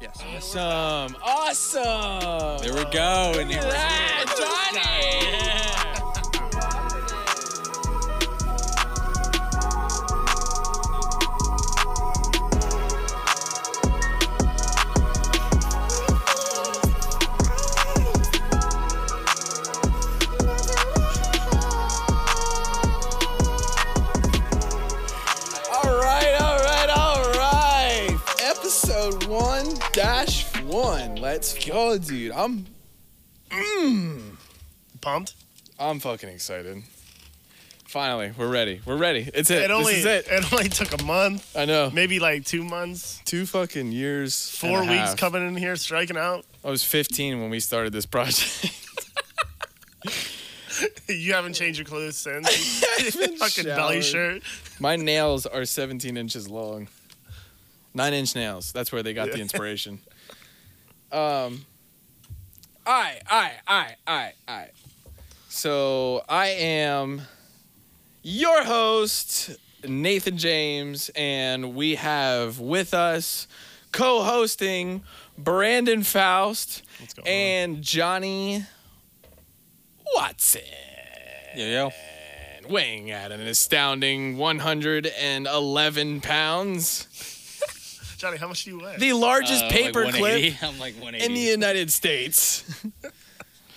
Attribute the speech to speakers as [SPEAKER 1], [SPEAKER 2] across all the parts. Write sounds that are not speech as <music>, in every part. [SPEAKER 1] Yes.
[SPEAKER 2] Awesome. Awesome.
[SPEAKER 3] There we go. And
[SPEAKER 2] Look at that, Johnny.
[SPEAKER 1] All right, all right, all right. Episode one dash one. Let's go, dude. I'm
[SPEAKER 4] Pumped.
[SPEAKER 1] I'm fucking excited. Finally, we're ready. We're ready. It's it.
[SPEAKER 4] It only
[SPEAKER 1] Eh, this is it.
[SPEAKER 4] only took a month,
[SPEAKER 1] I know.
[SPEAKER 4] maybe like two months,
[SPEAKER 1] Two fucking years.
[SPEAKER 4] four
[SPEAKER 1] and a
[SPEAKER 4] weeks
[SPEAKER 1] half.
[SPEAKER 4] coming in here, striking out. <laughs>
[SPEAKER 1] I was 15 when we started this project.
[SPEAKER 4] You haven't changed your clothes since. Fucking
[SPEAKER 1] <laughs> fucking
[SPEAKER 4] belly shirt.
[SPEAKER 1] My nails are 17 inches long. Nine inch nails. That's where they got the
[SPEAKER 4] Yeah.
[SPEAKER 1] inspiration. Um, I, I, I, I, I. So I am your host, Nathan James, and we have with us co hosting Brandon Faust
[SPEAKER 4] What's going
[SPEAKER 1] and Johnny Watson
[SPEAKER 3] Yo, yo.
[SPEAKER 1] weighing at an astounding 111 pounds,
[SPEAKER 4] on? Johnny, how much do you weigh?
[SPEAKER 1] the largest
[SPEAKER 3] Uh, like
[SPEAKER 1] paperclip
[SPEAKER 3] 180. <laughs> I'm like 180.
[SPEAKER 1] in the United States.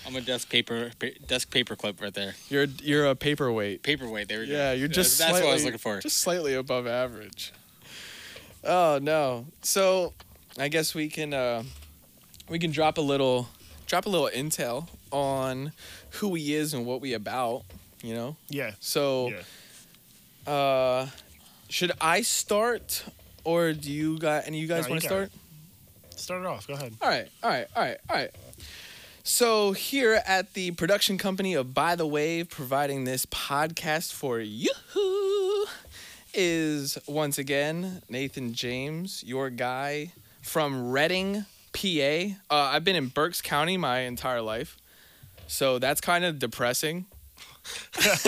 [SPEAKER 3] I'm a desk paper pa- desk paperclip right there.
[SPEAKER 1] You're you're a paperweight.
[SPEAKER 3] Paperweight. There we go.
[SPEAKER 1] Yeah, you're just
[SPEAKER 3] That's, that's what I was
[SPEAKER 1] slightly-
[SPEAKER 3] looking for.
[SPEAKER 1] Just slightly above average. Oh no! So I guess we can uh, we can drop a little drop a little intel on who he is and what we about. You know.
[SPEAKER 4] yeah.
[SPEAKER 1] So.
[SPEAKER 4] Yeah.
[SPEAKER 1] Uh, should I start, or do you guys? Any of you guys
[SPEAKER 4] No, you
[SPEAKER 1] want to
[SPEAKER 4] got
[SPEAKER 1] start?
[SPEAKER 4] it. Start it off. Go ahead.
[SPEAKER 1] All right, all right, all right, all right. So here at the production company of By the Wave, providing this podcast for you is once again Nathan James, your guy from Reading, PA. Uh, I've been in Berks County my entire life, so that's kind of depressing. <laughs>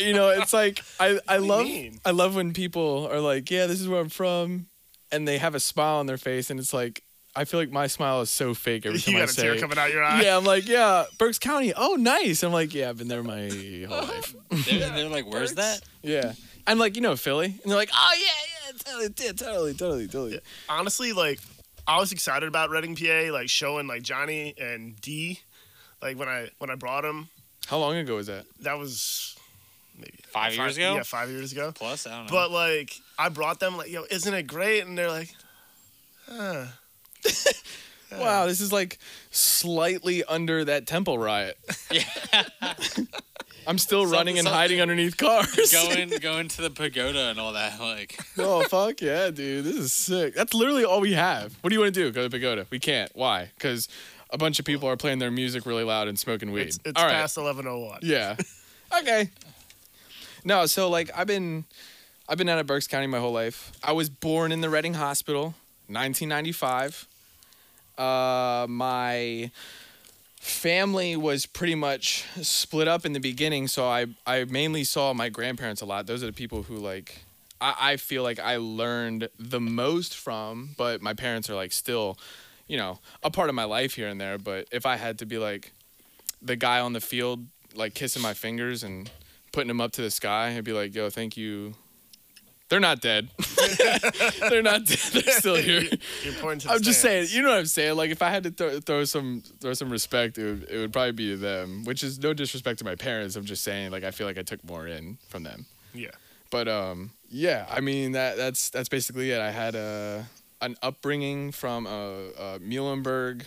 [SPEAKER 1] you know, it's like I, I
[SPEAKER 4] do you
[SPEAKER 1] love
[SPEAKER 4] mean?
[SPEAKER 1] I love when people are like, yeah, this is where I'm from, and they have a smile on their face, and it's like I feel like my smile is so fake every time
[SPEAKER 4] <laughs> You
[SPEAKER 1] I
[SPEAKER 4] got a
[SPEAKER 1] say.
[SPEAKER 4] tear
[SPEAKER 1] it.
[SPEAKER 4] coming out your eye.
[SPEAKER 1] yeah, I'm like, yeah, Berks County. Oh, nice. I'm like, yeah, I've been there my whole
[SPEAKER 4] <laughs>
[SPEAKER 1] life.
[SPEAKER 3] They're, they're like, where's that?
[SPEAKER 1] Yeah. And like, you know, Philly. And they're like, oh, yeah, yeah, totally, yeah, totally, totally, totally.
[SPEAKER 4] Honestly, like I was excited about Reading, PA, like showing like Johnny and D, like when I when I brought him.
[SPEAKER 1] How long ago was that?
[SPEAKER 4] That was maybe
[SPEAKER 3] Five years ago?
[SPEAKER 4] Yeah, five years ago.
[SPEAKER 3] Plus, I don't know.
[SPEAKER 4] But like I brought them like, yo, isn't it great? And they're like, huh.
[SPEAKER 1] Wow, this is like slightly under that temple riot.
[SPEAKER 3] <laughs> yeah.
[SPEAKER 1] <laughs> I'm
[SPEAKER 4] <laughs>
[SPEAKER 1] still
[SPEAKER 3] Something-
[SPEAKER 1] running and
[SPEAKER 3] something-
[SPEAKER 1] hiding underneath cars.
[SPEAKER 3] going going to the pagoda and all that. Like,
[SPEAKER 1] oh, fuck yeah, dude. This is sick. That's literally all we have. What do you want to do? Go to Pagoda. We can't. Why? Because a bunch of people are playing their music really loud and smoking weed.
[SPEAKER 4] It's, it's
[SPEAKER 1] all right.
[SPEAKER 4] past eleven oh one. <laughs>
[SPEAKER 1] Yeah. okay. No, so like I've been I've been out of Berks County my whole life. I was born in the Reading Hospital, 1995. Uh my family was pretty much split up in the beginning, so I I mainly saw my grandparents a lot. Those are the people who like I, I feel like I learned the most from, but my parents are like still, you know, a part of my life here and there. But if I had to be like the guy on the field, like kissing my fingers and putting them up to the sky, I'd be like, yo, thank you. They're not dead. <laughs> They're not dead. They're still here.
[SPEAKER 4] You're pointing to the
[SPEAKER 1] I'm just saying,
[SPEAKER 4] stands.
[SPEAKER 1] you know what I'm saying. Like if I had to throw, throw some throw some respect, it would, it would probably be to them. Which is no disrespect to my parents. I'm just saying, like I feel like I took more in from them.
[SPEAKER 4] Yeah.
[SPEAKER 1] But um, yeah, I mean that that's that's basically it. I had a an upbringing from uh, uh, Muhlenberg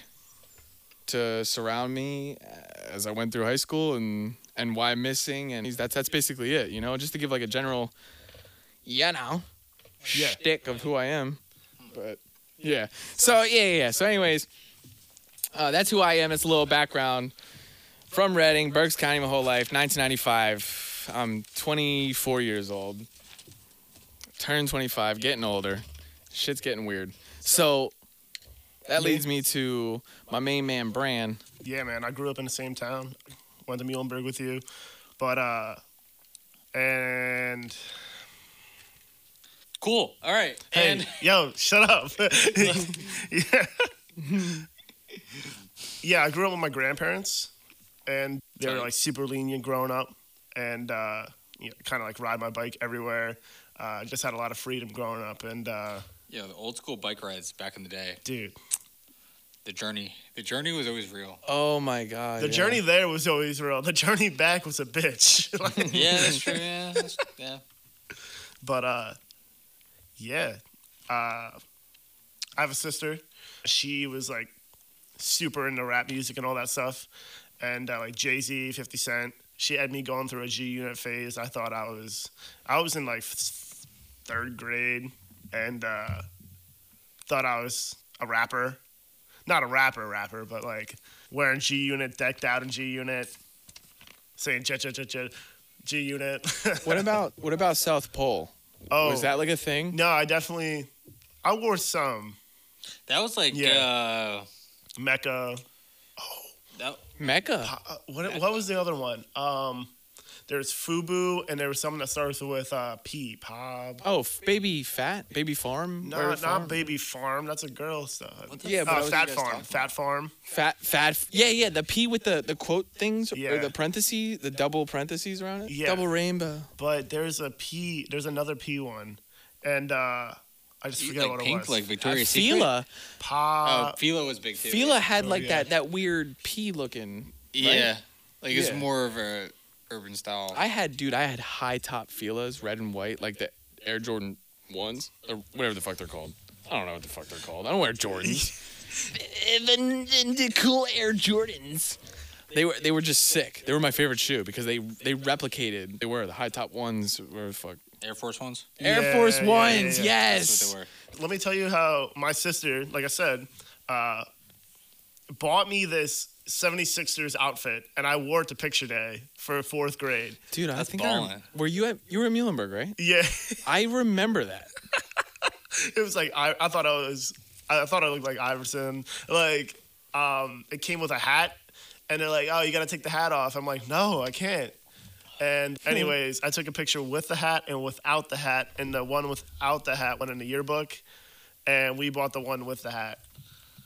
[SPEAKER 1] to surround me as I went through high school and and why missing and he's- that's that's basically it. You know, just to give like a general, you know,
[SPEAKER 4] Yeah.
[SPEAKER 1] shtick of who I am. But yeah, so yeah, yeah. yeah. So anyways, uh, that's who I am. It's a little background from Reading, Berks County, my whole life. 1995. I'm 24 years old. Turned 25, getting older. Shit's getting weird. So that leads me to my main man, Bran.
[SPEAKER 4] Yeah, man. I grew up in the same town. Went to Muhlenberg with you. But uh and
[SPEAKER 3] Cool. All right.
[SPEAKER 4] Hey,
[SPEAKER 3] And
[SPEAKER 4] <laughs> yo, shut up. <laughs> yeah. <laughs> yeah, I grew up with my grandparents, and they were like super lenient growing up, and uh, you know, kind of like ride my bike everywhere. Uh, just had a lot of freedom growing up, and uh,
[SPEAKER 3] yeah, the old school bike rides back in the day.
[SPEAKER 4] dude,
[SPEAKER 3] The journey. The journey was always real.
[SPEAKER 1] Oh my god.
[SPEAKER 4] the
[SPEAKER 1] yeah.
[SPEAKER 4] journey there was always real. The journey back was a bitch. <laughs> Like,
[SPEAKER 3] yeah, that's true. Yeah.
[SPEAKER 1] <laughs>
[SPEAKER 3] That's, yeah.
[SPEAKER 4] But uh, yeah, uh, I have a sister. She was like super into rap music and all that stuff, and uh, like Jay Z, Fifty Cent. She had me going through a G Unit phase. I thought I was, I was in like th- third grade, and uh, thought I was a rapper, not a rapper rapper, but like wearing G Unit, decked out in G Unit, saying Jet Jet Jet Jet G Unit. <laughs>
[SPEAKER 1] What about what about South Pole?
[SPEAKER 4] oh,
[SPEAKER 1] Was that like a thing?
[SPEAKER 4] no, I definitely. I wore some
[SPEAKER 3] That was like
[SPEAKER 4] Yeah.
[SPEAKER 3] uh
[SPEAKER 4] Mecca.
[SPEAKER 3] that
[SPEAKER 1] Mecca.
[SPEAKER 4] Uh, what, what was the other one? Um, there's Fubu, and there was something that starts with uh, P. Pop.
[SPEAKER 1] Oh, f- baby fat, baby farm.
[SPEAKER 4] No,
[SPEAKER 1] Where
[SPEAKER 4] not
[SPEAKER 1] farm?
[SPEAKER 4] Baby Farm. That's a girl stuff.
[SPEAKER 3] the
[SPEAKER 1] Yeah,
[SPEAKER 4] Uh,
[SPEAKER 1] but I was-
[SPEAKER 4] Fat Farm. Fat Farm.
[SPEAKER 1] fat, fat. f- Yeah, yeah. The P with the the quote things
[SPEAKER 4] Yeah.
[SPEAKER 1] or the parentheses, the double parentheses around it.
[SPEAKER 4] Yeah.
[SPEAKER 1] Double rainbow.
[SPEAKER 4] But there's a P. There's another P one, and uh, I just forget
[SPEAKER 3] like
[SPEAKER 4] what
[SPEAKER 3] pink,
[SPEAKER 4] it was.
[SPEAKER 3] like Victoria's Secret.
[SPEAKER 1] Uh, Fila.
[SPEAKER 4] Pa.
[SPEAKER 3] Oh, Fila was big too.
[SPEAKER 1] uh, Fila had like
[SPEAKER 4] Oh, yeah.
[SPEAKER 1] that that weird P looking.
[SPEAKER 3] Yeah. Like it's
[SPEAKER 1] Yeah.
[SPEAKER 3] more of a urban style.
[SPEAKER 1] I had, dude. I had high top Filas, red and white, like the Air Jordan ones or whatever the fuck they're called. I don't know what the fuck they're called. I don't wear
[SPEAKER 3] <laughs>
[SPEAKER 1] Jordans. Even the cool Air Jordans. They were they were just sick. They were my favorite shoe because they they replicated. They were the high top ones. Where the fuck?
[SPEAKER 3] Air Force Ones.
[SPEAKER 1] Air
[SPEAKER 4] Yeah,
[SPEAKER 1] Force
[SPEAKER 4] yeah, yeah,
[SPEAKER 1] Ones.
[SPEAKER 4] yeah.
[SPEAKER 1] Yes.
[SPEAKER 3] That's what they were.
[SPEAKER 4] let me tell you how my sister, like I said, uh, bought me this 76ers outfit and I wore it to picture day for fourth grade.
[SPEAKER 1] Dude, I
[SPEAKER 3] That's
[SPEAKER 1] think I rem-
[SPEAKER 3] ballin'.
[SPEAKER 1] were you at you were at Muhlenberg, right?
[SPEAKER 4] Yeah. <laughs>
[SPEAKER 1] I remember that.
[SPEAKER 4] it was like, I, I thought I was, I I thought I looked like Iverson. Like, um, it came with a hat and they're like, oh, you got to take the hat off. I'm like, no, I can't. And anyways, I took a picture with the hat and without the hat, and the one without the hat went in the yearbook, and we bought the one with the hat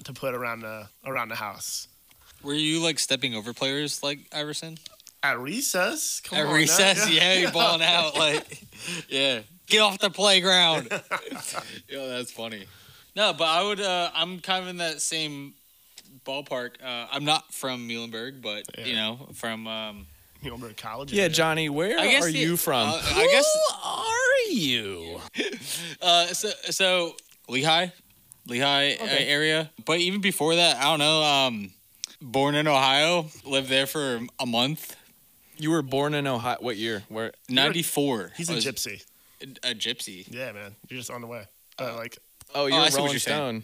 [SPEAKER 4] to put around the around the house.
[SPEAKER 3] Were you like stepping over players like Iverson?
[SPEAKER 4] At recess? Come
[SPEAKER 3] At
[SPEAKER 4] on now.
[SPEAKER 3] recess, yeah, you're balling out like <laughs> yeah. Get off the playground. Yo, that's funny. No, but I would uh I'm kind of in that same ballpark. Uh I'm not from Muhlenberg, but
[SPEAKER 4] Yeah.
[SPEAKER 3] you know, from um
[SPEAKER 4] You remember college?
[SPEAKER 1] Yeah, Johnny, where
[SPEAKER 3] I guess
[SPEAKER 1] are
[SPEAKER 3] the-
[SPEAKER 1] you from?
[SPEAKER 3] uh, I guess-
[SPEAKER 1] Who are you?
[SPEAKER 3] Uh, so so Lehigh, Lehigh uh,
[SPEAKER 1] Okay.
[SPEAKER 3] area. But even before that, I don't know. Um, born in Ohio, lived there for a month.
[SPEAKER 1] You were born in Ohio. What year? Where?
[SPEAKER 3] Ninety four.
[SPEAKER 4] He's a gypsy.
[SPEAKER 3] A gypsy.
[SPEAKER 4] Yeah, man. You're just on the way. Uh, like,
[SPEAKER 1] Oh, you're
[SPEAKER 3] I see what
[SPEAKER 1] Rolling
[SPEAKER 3] you're saying.
[SPEAKER 1] Stone.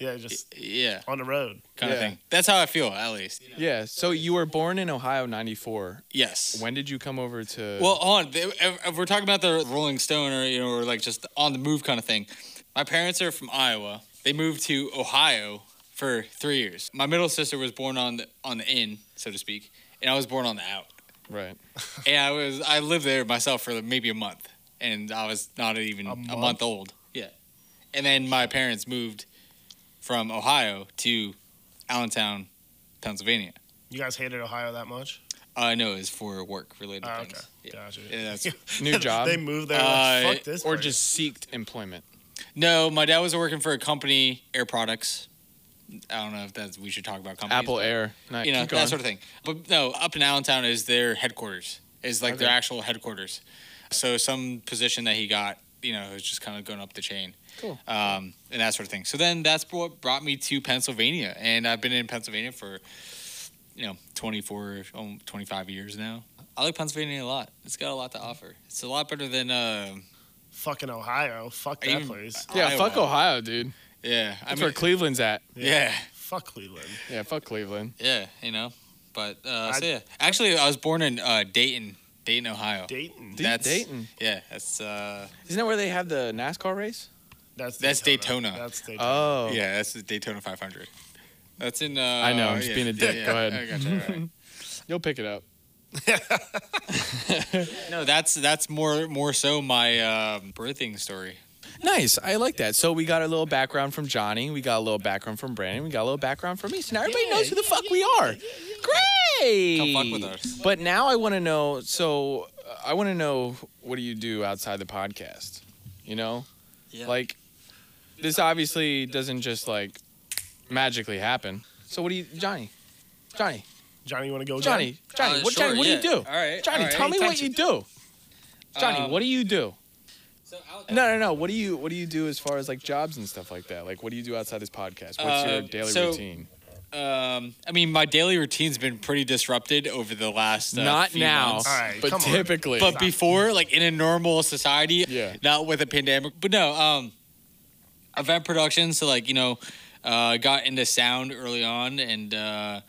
[SPEAKER 4] yeah, just
[SPEAKER 3] Yeah,
[SPEAKER 4] on the road.
[SPEAKER 3] kind of
[SPEAKER 1] Yeah.
[SPEAKER 3] thing. That's how I feel, at least.
[SPEAKER 1] Yeah. So you were born in Ohio '94.
[SPEAKER 3] Yes.
[SPEAKER 1] When did you come over to?
[SPEAKER 3] Well, on if, if we're talking about the Rolling Stone or you know or like just on the move kind of thing, my parents are from Iowa. They moved to Ohio for three years. My middle sister was born on the on the in, so to speak, and I was born on the out. <laughs>
[SPEAKER 1] right.
[SPEAKER 3] and I was I lived there myself for maybe a month, and I was not even
[SPEAKER 4] A
[SPEAKER 3] a,
[SPEAKER 4] month?
[SPEAKER 3] month old. Yeah, and then my parents moved from Ohio to Allentown, Pennsylvania.
[SPEAKER 4] You guys hated Ohio that much?
[SPEAKER 3] I know it's for work related
[SPEAKER 4] Oh, okay.
[SPEAKER 3] things. Yeah.
[SPEAKER 4] Gotcha.
[SPEAKER 3] Yeah, that's- <laughs>
[SPEAKER 1] New job.
[SPEAKER 4] they moved there. like,
[SPEAKER 3] Uh,
[SPEAKER 4] Fuck this.
[SPEAKER 1] or
[SPEAKER 4] place.
[SPEAKER 1] just seeked employment.
[SPEAKER 3] No, my dad was working for a company, Air Products. I don't know if that's we should talk about companies.
[SPEAKER 1] Apple
[SPEAKER 3] but,
[SPEAKER 1] Air. Nice.
[SPEAKER 3] you know
[SPEAKER 1] Keep going.
[SPEAKER 3] that sort of thing. But no, up in Allentown is their headquarters. Is like their
[SPEAKER 1] Okay.
[SPEAKER 3] actual headquarters. So some position that he got, you know, was just kind of going up the chain.
[SPEAKER 1] Cool.
[SPEAKER 3] um, and that sort of thing. So then that's what brought me to Pennsylvania, and I've been in Pennsylvania for you know 24, um, 25 years now. I like Pennsylvania a lot. It's got a lot to offer. It's a lot better than uh,
[SPEAKER 4] fucking Ohio. Fuck
[SPEAKER 3] Are
[SPEAKER 4] that
[SPEAKER 3] you-
[SPEAKER 4] place.
[SPEAKER 1] Yeah. Fuck
[SPEAKER 3] Iowa.
[SPEAKER 1] Ohio, dude.
[SPEAKER 3] yeah. I
[SPEAKER 1] That's
[SPEAKER 3] mean,
[SPEAKER 1] where Cleveland's at.
[SPEAKER 3] yeah,
[SPEAKER 4] Fuck Cleveland.
[SPEAKER 1] Yeah. Fuck Cleveland.
[SPEAKER 3] yeah, you know. But uh, so
[SPEAKER 4] I-
[SPEAKER 3] yeah, actually, I was born in uh, Dayton, Dayton, Ohio.
[SPEAKER 4] Dayton.
[SPEAKER 1] Dude,
[SPEAKER 3] That's-
[SPEAKER 1] Dayton.
[SPEAKER 3] Yeah, that's uh,
[SPEAKER 1] Isn't that where they have the NASCAR race?
[SPEAKER 4] That's
[SPEAKER 3] That's
[SPEAKER 4] Daytona.
[SPEAKER 3] Daytona.
[SPEAKER 4] That's Daytona.
[SPEAKER 1] Oh.
[SPEAKER 3] yeah, that's the Daytona 500. That's in. Uh, I
[SPEAKER 1] know, I'm just being a dick. Go ahead.
[SPEAKER 3] I gotcha, all right.
[SPEAKER 1] You'll pick it up.
[SPEAKER 3] No, that's that's more more so my um, birthing story.
[SPEAKER 1] Nice. I like that. So we got a little background from Johnny. We got a little background from Brandon. We got a little background from me. So now everybody knows who the fuck we are. Great.
[SPEAKER 3] Come fuck with us.
[SPEAKER 1] But now I want to know. So uh, I want to know what do you do outside the podcast? You know,
[SPEAKER 3] Yeah.
[SPEAKER 1] like this obviously doesn't just like magically happen. So what do you, Johnny? Johnny,
[SPEAKER 4] Johnny, you want to go?
[SPEAKER 1] Johnny, Johnny,
[SPEAKER 3] Uh,
[SPEAKER 1] what,
[SPEAKER 3] sure,
[SPEAKER 1] Johnny, what do you
[SPEAKER 3] yeah.
[SPEAKER 1] do?
[SPEAKER 3] All right,
[SPEAKER 1] Johnny,
[SPEAKER 3] all right.
[SPEAKER 1] tell me what
[SPEAKER 3] Attention.
[SPEAKER 1] you do. Johnny,
[SPEAKER 3] Um, uh,
[SPEAKER 1] what do you do?
[SPEAKER 3] So out
[SPEAKER 1] No, no, no. What do you what do you do as far as like jobs and stuff like that? Like what do you do outside this podcast? What's your
[SPEAKER 3] Uh,
[SPEAKER 1] daily
[SPEAKER 3] so-
[SPEAKER 1] routine?
[SPEAKER 3] Um, I mean, my daily routine's been pretty disrupted over the last uh,
[SPEAKER 1] Not
[SPEAKER 3] few
[SPEAKER 1] now,
[SPEAKER 3] months.
[SPEAKER 4] All right,
[SPEAKER 1] but
[SPEAKER 4] come on.
[SPEAKER 1] typically.
[SPEAKER 3] but before, like in a normal society,
[SPEAKER 1] Yeah.
[SPEAKER 3] not with a pandemic. But no, um, event production. So like you know, uh, got into sound early on and uh,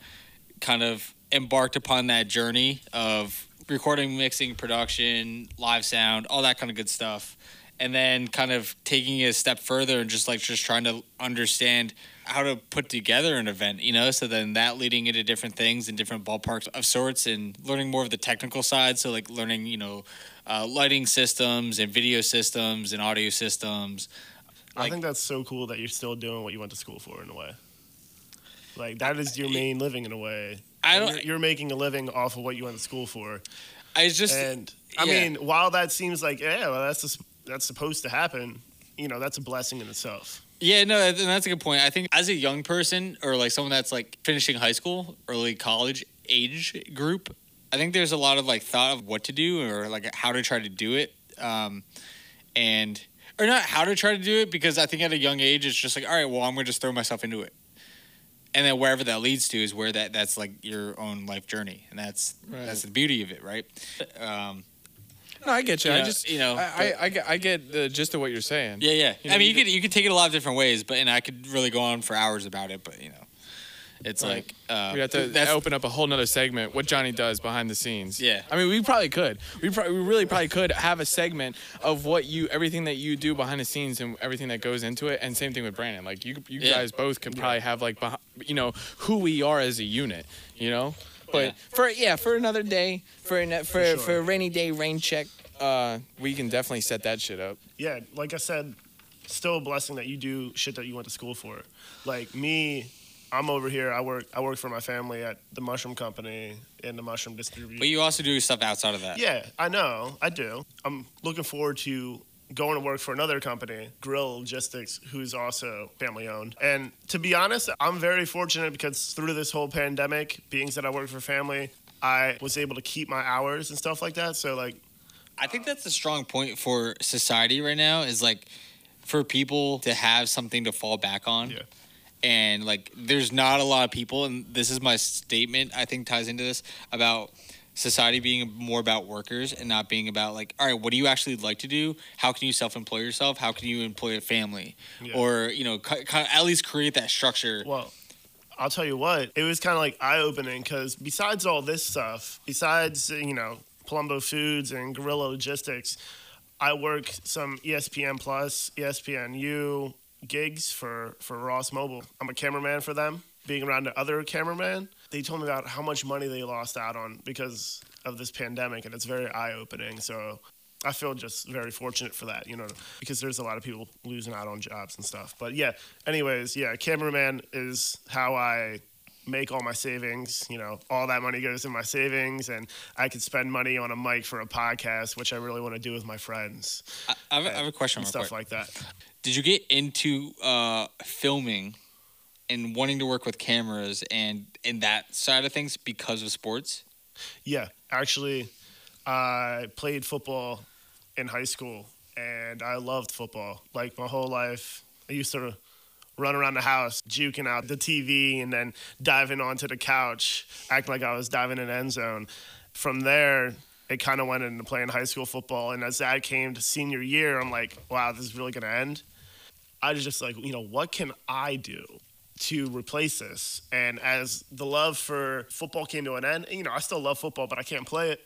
[SPEAKER 3] kind of embarked upon that journey of recording, mixing, production, live sound, all that kind of good stuff. And then kind of taking it a step further and just like just trying to understand how to put together an event, you know? So then that leading into different things and different ballparks of sorts and learning more of the technical side. So, like learning, you know, uh, lighting systems and video systems and audio systems.
[SPEAKER 4] I think that's so cool that you're still doing what you went to school for in a way. Like that is your main living in a way.
[SPEAKER 3] I
[SPEAKER 4] And
[SPEAKER 3] don't,
[SPEAKER 4] You're, you're making a living off of what you went to school for,
[SPEAKER 3] I just,
[SPEAKER 4] and I
[SPEAKER 3] yeah.
[SPEAKER 4] mean, while that seems like yeah, well, that's just, that's supposed to happen. You know, that's a blessing in itself.
[SPEAKER 3] Yeah, no, and that's a good point. I think as a young person or like someone that's like finishing high school, early college age group, I think there's a lot of like thought of what to do or like how to try to do it. Um, and or not how to try to do it because I think at a young age it's just like, all right, well, I'm gonna just throw myself into it. And then wherever that leads to is where that that's like your own life journey, and that's
[SPEAKER 1] Right.
[SPEAKER 3] that's the beauty of it, right? Um,
[SPEAKER 1] no, I get you. I
[SPEAKER 3] Yeah,
[SPEAKER 1] just
[SPEAKER 3] you know,
[SPEAKER 1] I, I, I get I get the gist of what you're saying.
[SPEAKER 3] yeah, yeah.
[SPEAKER 1] You know,
[SPEAKER 3] I mean, you
[SPEAKER 1] you
[SPEAKER 3] could you could take it a lot of different ways, but and I could really go on for hours about it, but you know, it's
[SPEAKER 1] Right.
[SPEAKER 3] like uh,
[SPEAKER 1] We have to
[SPEAKER 3] that's
[SPEAKER 1] open up a whole nother segment. What Johnny does behind the scenes.
[SPEAKER 3] Yeah.
[SPEAKER 1] I mean, we probably could. We probably, we really probably could have a segment of what you, everything that you do behind the scenes and everything that goes into it. And same thing with Brandon. Like you, you
[SPEAKER 3] Yeah.
[SPEAKER 1] guys both could probably have like, behi- you know, who we are as a unit. You know. But
[SPEAKER 3] Yeah.
[SPEAKER 1] for yeah, for another day, for an, for for,
[SPEAKER 4] sure.
[SPEAKER 1] a rainy day rain check, uh, we can definitely set that shit up.
[SPEAKER 4] yeah, like I said, still a blessing that you do shit that you went to school for. Like me, I'm over here. I work. I work for my family at the mushroom company and the mushroom distribution.
[SPEAKER 3] But you also do stuff outside of that.
[SPEAKER 4] yeah, I know. I do. I'm looking forward to going to work for another company, Grill Logistics, who's also family owned. And to be honest, I'm very fortunate because through this whole pandemic, being that I work for family, I was able to keep my hours and stuff like that. So like,
[SPEAKER 3] I think that's a strong point for society right now is like for people to have something to fall back on.
[SPEAKER 4] Yeah.
[SPEAKER 3] And like there's not a lot of people and this is my statement I think ties into this about society being more about workers and not being about like all right what do you actually like to do how can you self-employ yourself how can you employ a family
[SPEAKER 4] Yeah.
[SPEAKER 3] or you know cu- cu- at least create that structure
[SPEAKER 4] Well, I'll tell you what, it was kind of like eye opening because besides all this stuff, besides, you know, Palumbo Foods and Gorilla Logistics, I work some E ESPN Plus, E ESPNU gigs for, for Ross Mobile. I'm a cameraman for them. Being around the other cameraman, they told me about how much money they lost out on because of this pandemic, and it's very eye opening. So I feel just very fortunate for that, you know, because there's a lot of people losing out on jobs and stuff. But yeah, anyways, yeah, cameraman is how I make all my savings. You know, all that money goes in my savings, and I could spend money on a mic for a podcast, which I really want to do with my friends
[SPEAKER 3] I, I, have, a- I have a question
[SPEAKER 4] and
[SPEAKER 3] real
[SPEAKER 4] stuff
[SPEAKER 3] quick.
[SPEAKER 4] like that.
[SPEAKER 3] did you get into uh, filming and wanting to work with cameras and and that side of things because of sports?
[SPEAKER 4] Yeah, actually, I played football in high school, and I loved football like my whole life. I used to run around the house, juking out the TV, and then diving onto the couch, acting like I was diving in the end zone. From there, it kind of went into playing high school football, and as that came to senior year, I'm like, wow, this is really gonna end. I was just like, you know, what can I do? to replace this. And as the love for football came to an end, you know, I still love football, but I can't play it.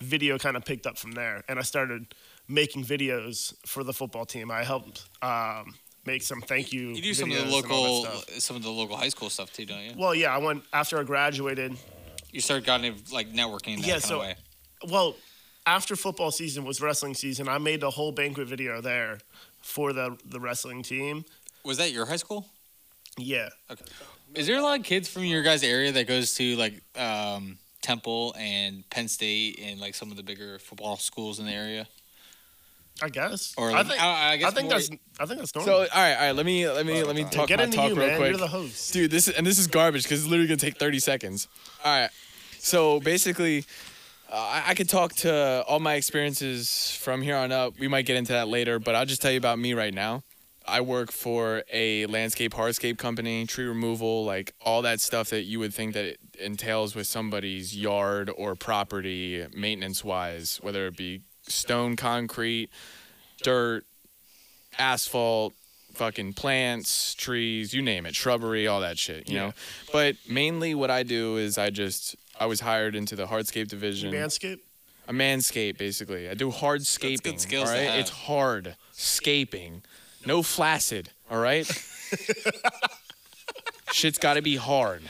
[SPEAKER 4] Video kind of picked up from there, and I started making videos for the football team. I helped um, make some thank you.
[SPEAKER 3] You do some of
[SPEAKER 4] videos
[SPEAKER 3] the
[SPEAKER 4] and all that
[SPEAKER 3] local
[SPEAKER 4] stuff.
[SPEAKER 3] some of the local high school stuff too, don't you?
[SPEAKER 4] Well, yeah, I went after I graduated.
[SPEAKER 3] You started getting into like networking in that
[SPEAKER 4] Yeah,
[SPEAKER 3] kind
[SPEAKER 4] so-
[SPEAKER 3] of way.
[SPEAKER 4] Well, after football season was wrestling season, I made a whole banquet video there for the the wrestling team.
[SPEAKER 3] Was that your high school?
[SPEAKER 4] Yeah,
[SPEAKER 3] Is there a lot of kids from your guys' area that goes to like um, Temple and Penn State and like some of the bigger football schools in the area?
[SPEAKER 4] I guess.
[SPEAKER 3] Or
[SPEAKER 4] I
[SPEAKER 3] like,
[SPEAKER 4] think
[SPEAKER 3] I, I guess
[SPEAKER 4] I think
[SPEAKER 3] more-
[SPEAKER 4] that's I think that's
[SPEAKER 1] So all
[SPEAKER 4] normal.
[SPEAKER 1] right, all right. Let me let me let me
[SPEAKER 4] Yeah,
[SPEAKER 1] talk
[SPEAKER 4] get
[SPEAKER 1] my
[SPEAKER 4] into
[SPEAKER 1] talk
[SPEAKER 4] you,
[SPEAKER 1] real
[SPEAKER 4] man.
[SPEAKER 1] quick.
[SPEAKER 4] You're the host.
[SPEAKER 1] dude this is and this is garbage because it's literally gonna take 30 seconds all right so basically uh, I, I could talk to all my experiences from here on up we might get into that later but i'll just tell you about me right now i work for a landscape hardscape company tree removal like all that stuff that you would think that it entails with somebody's yard or property maintenance wise whether it be stone concrete dirt asphalt fucking plants, trees, you name it, shrubbery, all that shit, you know. But mainly what I do is I just I was hired into the hardscape division.
[SPEAKER 4] Manscaped.
[SPEAKER 1] I manscape basically. I do hardscaping.
[SPEAKER 3] That's good skills
[SPEAKER 1] all
[SPEAKER 3] to
[SPEAKER 1] right?
[SPEAKER 3] have.
[SPEAKER 1] It's hard scaping. No flaccid, all
[SPEAKER 4] <laughs>
[SPEAKER 1] right? Shit's got to be hard.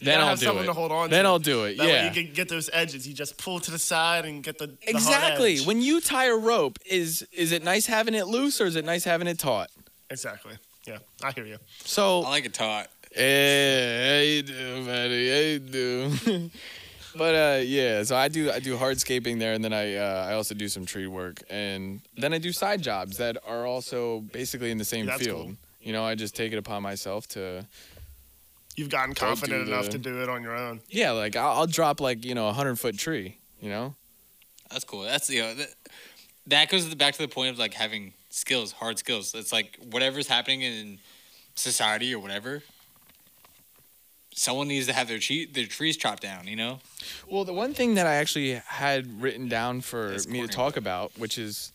[SPEAKER 1] Then
[SPEAKER 4] gotta
[SPEAKER 1] I'll
[SPEAKER 4] have
[SPEAKER 1] do
[SPEAKER 4] someone
[SPEAKER 1] it.
[SPEAKER 4] to hold on
[SPEAKER 1] then
[SPEAKER 4] to.
[SPEAKER 1] I'll do it.
[SPEAKER 4] That
[SPEAKER 1] yeah.
[SPEAKER 4] way you can get those edges. You just pull to the side and get the, the hard
[SPEAKER 1] exactly.
[SPEAKER 4] edge.
[SPEAKER 1] When you tie a rope, is is it nice having it loose or is it nice having it taut?
[SPEAKER 4] Exactly. Yeah, I hear you.
[SPEAKER 1] So
[SPEAKER 3] I like it taught.
[SPEAKER 1] Hey, I do, buddy. I do. <laughs> but uh, yeah, so I do I do hardscaping there, and then I uh, I also do some tree work, and then I do side jobs that are also basically in the same
[SPEAKER 4] That's
[SPEAKER 1] field.
[SPEAKER 4] cool.
[SPEAKER 1] You know, I just take it upon myself to
[SPEAKER 4] You've gotten
[SPEAKER 1] Don't do
[SPEAKER 4] confident enough
[SPEAKER 1] the-
[SPEAKER 4] to do it on your own.
[SPEAKER 1] yeah, like I'll, I'll drop like you know a hundred foot tree. You know,
[SPEAKER 3] That's cool. That's you know, that, that goes to the- back to the point of like having skills, hard skills. It's like whatever's happening in society or whatever. Someone needs to have their tree, their trees chopped down. You know,
[SPEAKER 1] Well, the one thing that I actually had written down for
[SPEAKER 3] It's
[SPEAKER 1] me to
[SPEAKER 3] corny,
[SPEAKER 1] talk about, which is,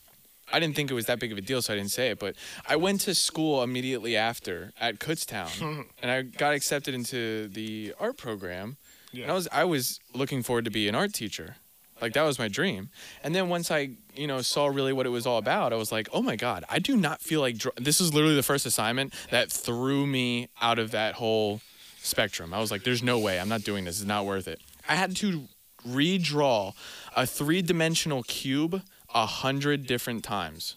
[SPEAKER 1] I didn't think it was that big of a deal, so I didn't say it. But I went to school immediately after at Kutztown, and I got accepted into the art program. And
[SPEAKER 4] Yeah.
[SPEAKER 1] I was I was looking forward to be an art teacher, like that was my dream. And then once I you know saw really what it was all about, I was like, oh my god, I do not feel like dr- this is literally the first assignment that threw me out of that whole spectrum. I was like, there's no way. I'm not doing this. It's not worth it. I had to redraw a three dimensional cube a hundred different times.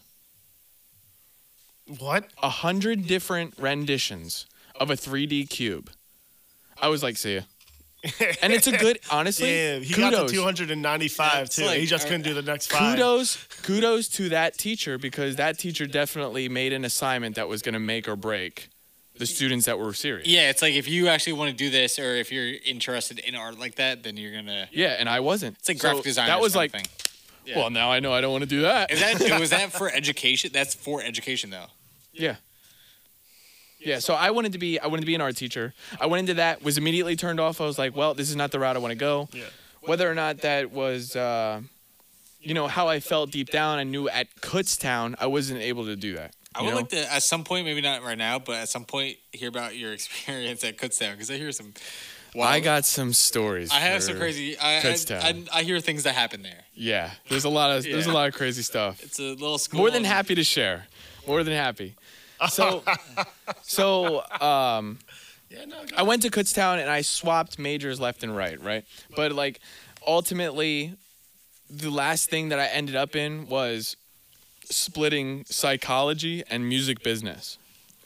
[SPEAKER 4] What?
[SPEAKER 1] A hundred different renditions of a 3D cube. I was like,
[SPEAKER 4] <laughs>
[SPEAKER 1] see ya. And it's a good, honestly,
[SPEAKER 4] Damn, he got
[SPEAKER 1] kudos. uh,
[SPEAKER 4] to 295
[SPEAKER 3] Yeah, it's
[SPEAKER 4] too.
[SPEAKER 3] like-
[SPEAKER 4] he just couldn't do the next five.
[SPEAKER 1] kudos, kudos to that teacher because that teacher definitely made an assignment that was going to make or break the students that were serious.
[SPEAKER 3] yeah. It's like if you actually want to do this, or if you're interested in art like that, then you're gonna.
[SPEAKER 1] Yeah, and I wasn't.
[SPEAKER 3] It's like
[SPEAKER 1] So
[SPEAKER 3] graphic design.
[SPEAKER 1] That was like, <laughs>
[SPEAKER 3] thing. yeah.
[SPEAKER 1] well, now I know I don't want to do that.
[SPEAKER 3] Is that was that for education? That's for education though.
[SPEAKER 1] Yeah. Yeah, so I wanted to be I wanted to be an art teacher. I went into that, was immediately turned off. I was like, well, this is not the route I want to go.
[SPEAKER 4] Yeah.
[SPEAKER 1] Whether or not that was uh, you know, how I felt deep down, I knew at Kutztown I wasn't able to do that.
[SPEAKER 3] I
[SPEAKER 1] you
[SPEAKER 3] would
[SPEAKER 1] know?
[SPEAKER 3] like to, at some point, maybe not right now, but at some point, hear about your <laughs> experience at Kutztown because I hear some.
[SPEAKER 1] I got some stories.
[SPEAKER 3] I have some
[SPEAKER 1] for-
[SPEAKER 3] crazy. I, I, I,
[SPEAKER 1] Kutztown.
[SPEAKER 3] I hear things that happen there.
[SPEAKER 1] Yeah. There's a lot of there's a
[SPEAKER 3] Yeah.
[SPEAKER 1] lot of crazy stuff.
[SPEAKER 3] It's a little school.
[SPEAKER 1] More than happy to share. More than happy.
[SPEAKER 3] <laughs>
[SPEAKER 1] So so um
[SPEAKER 4] Yeah, no,
[SPEAKER 1] I went to Kutztown and I swapped majors left and right, right? But like ultimately the last thing that I ended up in was splitting psychology and music business.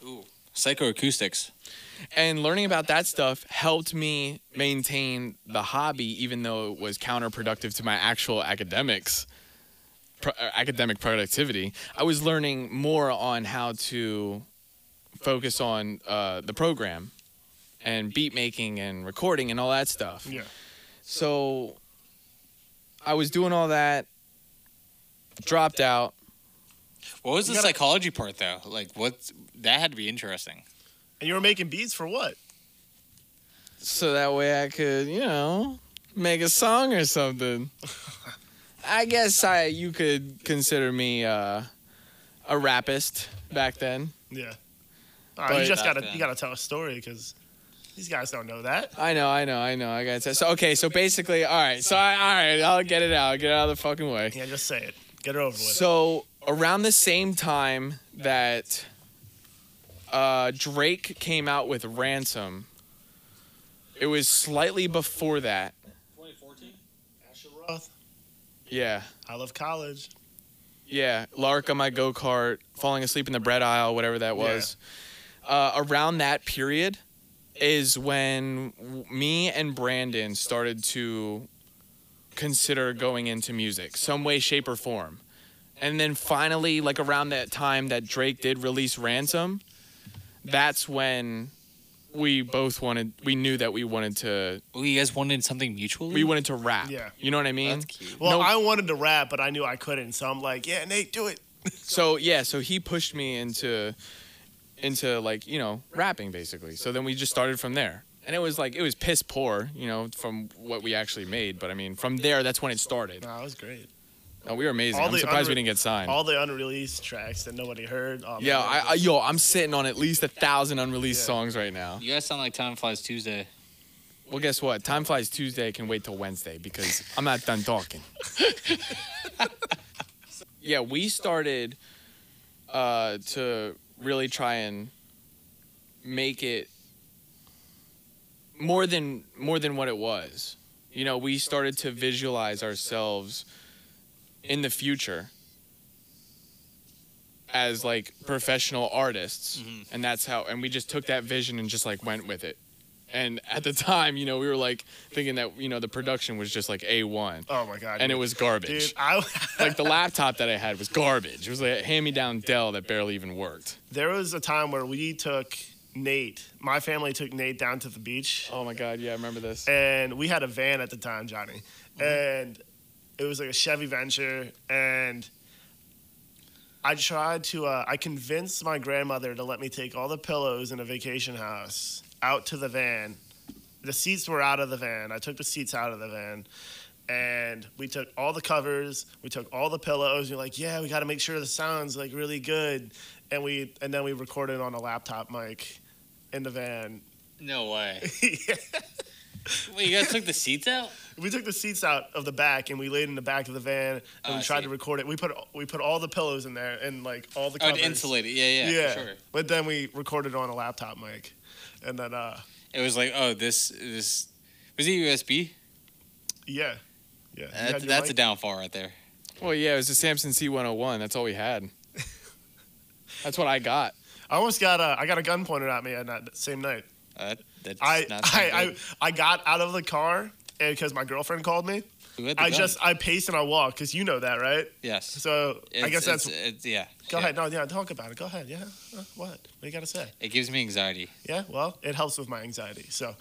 [SPEAKER 3] Ooh, psychoacoustics.
[SPEAKER 1] And learning about that stuff helped me maintain the hobby even though it was counterproductive to my actual academics. Pro- uh, academic productivity. I was learning more on how to focus on uh, the program and beat making and recording and all that stuff.
[SPEAKER 4] yeah.
[SPEAKER 1] So I was doing all that, dropped out.
[SPEAKER 3] What was the
[SPEAKER 4] gotta-
[SPEAKER 3] psychology part though? Like, what? That had to be interesting.
[SPEAKER 4] And you were making beats for what?
[SPEAKER 1] So that way I could, you know, make a song or something. I guess I you could consider me uh, a rapist back then.
[SPEAKER 4] Yeah. All right,
[SPEAKER 1] But-
[SPEAKER 4] you just
[SPEAKER 3] Back
[SPEAKER 4] gotta
[SPEAKER 3] then.
[SPEAKER 4] you gotta tell a story because these guys don't know that.
[SPEAKER 1] I know, I know, I know. I got to. So okay, so basically, all right. So I, all right, I'll get it out. I'll get it out of the fucking way.
[SPEAKER 4] Yeah, just say it. Get it over with.
[SPEAKER 1] So around the same time that uh, Drake came out with Ransom, it was slightly before that.
[SPEAKER 4] Roth,
[SPEAKER 1] Yeah.
[SPEAKER 4] I love college.
[SPEAKER 1] Yeah, Lark on my go kart, falling asleep in the bread aisle, whatever that was. Uh, around that period is when w- me and Brandon started to consider going into music, some way, shape, or form. And then finally, like around that time that Drake did release Ransom, that's when we both wanted, we knew that we wanted to,
[SPEAKER 3] Well, you guys wanted something mutually.
[SPEAKER 1] we wanted to rap.
[SPEAKER 4] Yeah.
[SPEAKER 1] You know what I mean?
[SPEAKER 3] That's cute.
[SPEAKER 4] Well,
[SPEAKER 1] No-
[SPEAKER 4] I wanted to rap, but I knew I couldn't. So I'm like, yeah, Nate, do it.
[SPEAKER 1] so yeah so he pushed me into into like you know rapping basically so then we just started from there and it was like it was piss poor you know from what we actually made but i mean from there that's when it started
[SPEAKER 4] No, it was great.
[SPEAKER 1] no, we were amazing
[SPEAKER 4] All
[SPEAKER 1] i'm
[SPEAKER 4] the
[SPEAKER 1] surprised we
[SPEAKER 4] unre-
[SPEAKER 1] didn't get signed
[SPEAKER 4] All the unreleased tracks that nobody heard. Oh,
[SPEAKER 1] yeah
[SPEAKER 4] man,
[SPEAKER 1] I, I yo i'm sitting on at least a thousand unreleased
[SPEAKER 4] Yeah.
[SPEAKER 1] songs right now
[SPEAKER 3] You guys sound like Time Flies Tuesday.
[SPEAKER 1] well guess what time flies tuesday can wait till wednesday because i'm not done talking yeah we started uh to really try and make it more than more than what it was. You know, we started to visualize ourselves in the future as like professional artists.
[SPEAKER 3] Mhm.
[SPEAKER 1] And that's how and we just took that vision and just like went with it. And at the time, you know, we were like thinking that, you know, the production was just like A1
[SPEAKER 4] oh my god.
[SPEAKER 1] and it
[SPEAKER 4] dude.
[SPEAKER 1] was garbage.
[SPEAKER 4] Dude, I,
[SPEAKER 1] Like the laptop that I had was garbage. It was like a hand-me-down Dell that barely even worked.
[SPEAKER 4] <laughs> there was a time where we took Nate. My family took Nate down to the beach,
[SPEAKER 1] Oh my god, yeah, I remember this.
[SPEAKER 4] and we had a van at the time, Johnny, and it was like a Chevy Venture, and. I tried to. Uh, I convinced my grandmother to let me take all the pillows in a vacation house out to the van. The seats were out of the van. I took the seats out of the van, and we took all the covers. We took all the pillows. We're like, yeah, we got to make sure the sounds like really good, and we and then we recorded on a laptop mic in the van. <laughs>
[SPEAKER 3] No way.
[SPEAKER 4] Yeah.
[SPEAKER 3] Wait, you guys took the seats out?
[SPEAKER 4] We took the seats out of the back and we laid in the back of the van and
[SPEAKER 3] Oh,
[SPEAKER 4] we
[SPEAKER 3] I
[SPEAKER 4] tried
[SPEAKER 3] see.
[SPEAKER 4] to record it. We put we put all the pillows in there and like all the
[SPEAKER 3] Oh, to
[SPEAKER 4] covers.
[SPEAKER 3] insulate it. Yeah, yeah, For sure.
[SPEAKER 4] But then we recorded on a laptop mic. And then uh
[SPEAKER 3] It was like, oh, this this was it USB?
[SPEAKER 4] yeah. Yeah. You
[SPEAKER 3] That's,
[SPEAKER 4] had your
[SPEAKER 3] that's a
[SPEAKER 4] mic?
[SPEAKER 3] downfall right there.
[SPEAKER 1] Well, yeah, it was a Samson C101. That's all we had. That's what I got.
[SPEAKER 4] I almost got a I got a gun pointed at me on that same night.
[SPEAKER 3] Uh, that, that's
[SPEAKER 4] I
[SPEAKER 3] not
[SPEAKER 4] I,
[SPEAKER 3] I,
[SPEAKER 4] I I got out of the car because my girlfriend called me. I just I paced and I walked because you know that, right?
[SPEAKER 3] yes.
[SPEAKER 4] So I
[SPEAKER 3] It's-
[SPEAKER 4] guess that's
[SPEAKER 3] it's, it's, yeah.
[SPEAKER 4] go
[SPEAKER 3] yeah.
[SPEAKER 4] ahead. No, yeah, talk about it. Go ahead. Yeah. Uh, what? What do you gotta say?
[SPEAKER 3] It gives me anxiety.
[SPEAKER 4] Yeah, well, it helps with my anxiety. So, um,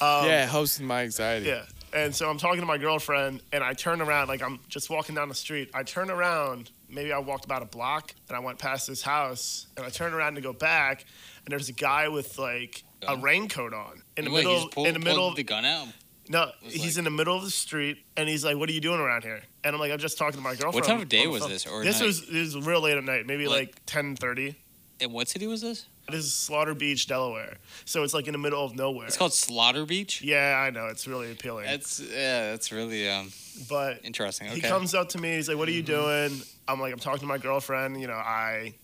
[SPEAKER 1] yeah,
[SPEAKER 4] yeah,
[SPEAKER 1] it helps with my anxiety.
[SPEAKER 4] And so I'm talking to my girlfriend, and I turn around, like I'm just walking down the street. I turn around, maybe I walked about a block, and I went past this house, and I turn around to go back, and there's a guy with like a
[SPEAKER 3] Gun?
[SPEAKER 4] raincoat on in the
[SPEAKER 3] Uh-huh. Wait, he
[SPEAKER 4] middle,
[SPEAKER 3] just pulled,
[SPEAKER 4] in the middle,
[SPEAKER 3] pulled the gun out.
[SPEAKER 4] no,
[SPEAKER 3] was
[SPEAKER 4] he's
[SPEAKER 3] like-
[SPEAKER 4] in the middle of the street, and he's like, "What are you doing around here?" And I'm like, "I'm just talking to my girlfriend."
[SPEAKER 3] time of
[SPEAKER 4] on
[SPEAKER 3] day
[SPEAKER 4] the
[SPEAKER 3] was
[SPEAKER 4] phone."
[SPEAKER 3] this, or
[SPEAKER 4] this
[SPEAKER 3] night?
[SPEAKER 4] was this was real late at night, maybe
[SPEAKER 3] Like-
[SPEAKER 4] like 10:30.
[SPEAKER 3] And what city was this?
[SPEAKER 4] This is Slaughter Beach, Delaware. So it's like in the middle of nowhere.
[SPEAKER 3] It's called Slaughter Beach.
[SPEAKER 4] Yeah, I know. It's really appealing.
[SPEAKER 3] That's yeah. That's really um
[SPEAKER 4] but
[SPEAKER 3] interesting. Okay.
[SPEAKER 4] he comes up to me. He's like, What are you doing? I'm like, I'm talking to my girlfriend. You know, I.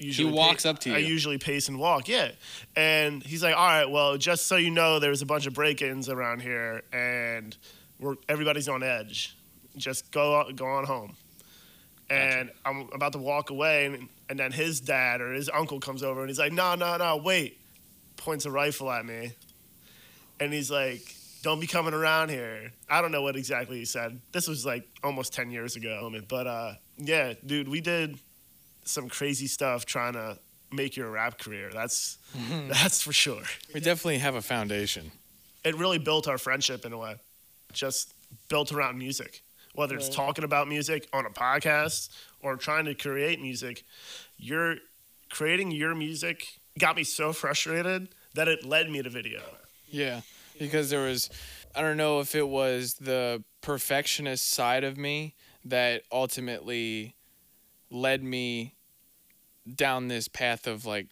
[SPEAKER 4] Usually
[SPEAKER 3] walks up to
[SPEAKER 4] I
[SPEAKER 3] you.
[SPEAKER 4] usually pace and walk, yeah. And he's like, "All right, well, just so you know, there's a bunch of break-ins around here, and we're everybody's on edge. Just go go on home." And I'm about to walk away, and, and then his dad or his uncle comes over, and he's like, "No, no, no, wait!" Points a rifle at me, and he's like, "Don't be coming around here." I don't know what exactly he said. This was like almost ten years ago, but uh, yeah, dude, we did some crazy stuff trying to make your rap career. That's that's for sure.
[SPEAKER 1] We definitely have a foundation.
[SPEAKER 4] It really built our friendship in a way, just built around music. Whether it's talking about music on a podcast or trying to create music, your creating your music got me so frustrated that it led me to video.
[SPEAKER 1] Yeah. Because there was, I don't know if it was the perfectionist side of me that ultimately led me down this path of like,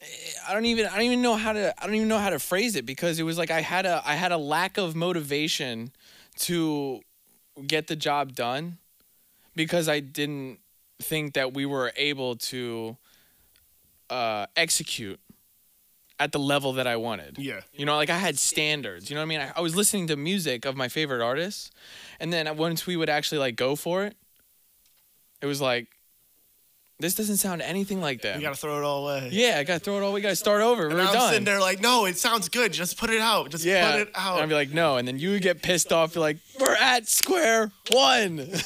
[SPEAKER 1] eh, I don't even I don't even know how to I don't even know how to phrase it because it was like I had a I had a lack of motivation to get the job done because I didn't think that we were able to uh, execute at the level that I wanted.
[SPEAKER 4] Yeah.
[SPEAKER 1] You know, like I had standards. You know what I mean? I, I was listening to music of my favorite artists, and then once we would actually like go for it, it was like, this doesn't sound anything like that.
[SPEAKER 4] We gotta throw it all away.
[SPEAKER 1] yeah, I gotta throw it all. We gotta start over.
[SPEAKER 4] And
[SPEAKER 1] We're
[SPEAKER 4] I'm
[SPEAKER 1] done.
[SPEAKER 4] sitting there like, no, it sounds good. Just put it out. Just
[SPEAKER 1] yeah,
[SPEAKER 4] put it out.
[SPEAKER 1] and I'd be like, no, and then you would get pissed off. You're like, we're at square one. <laughs>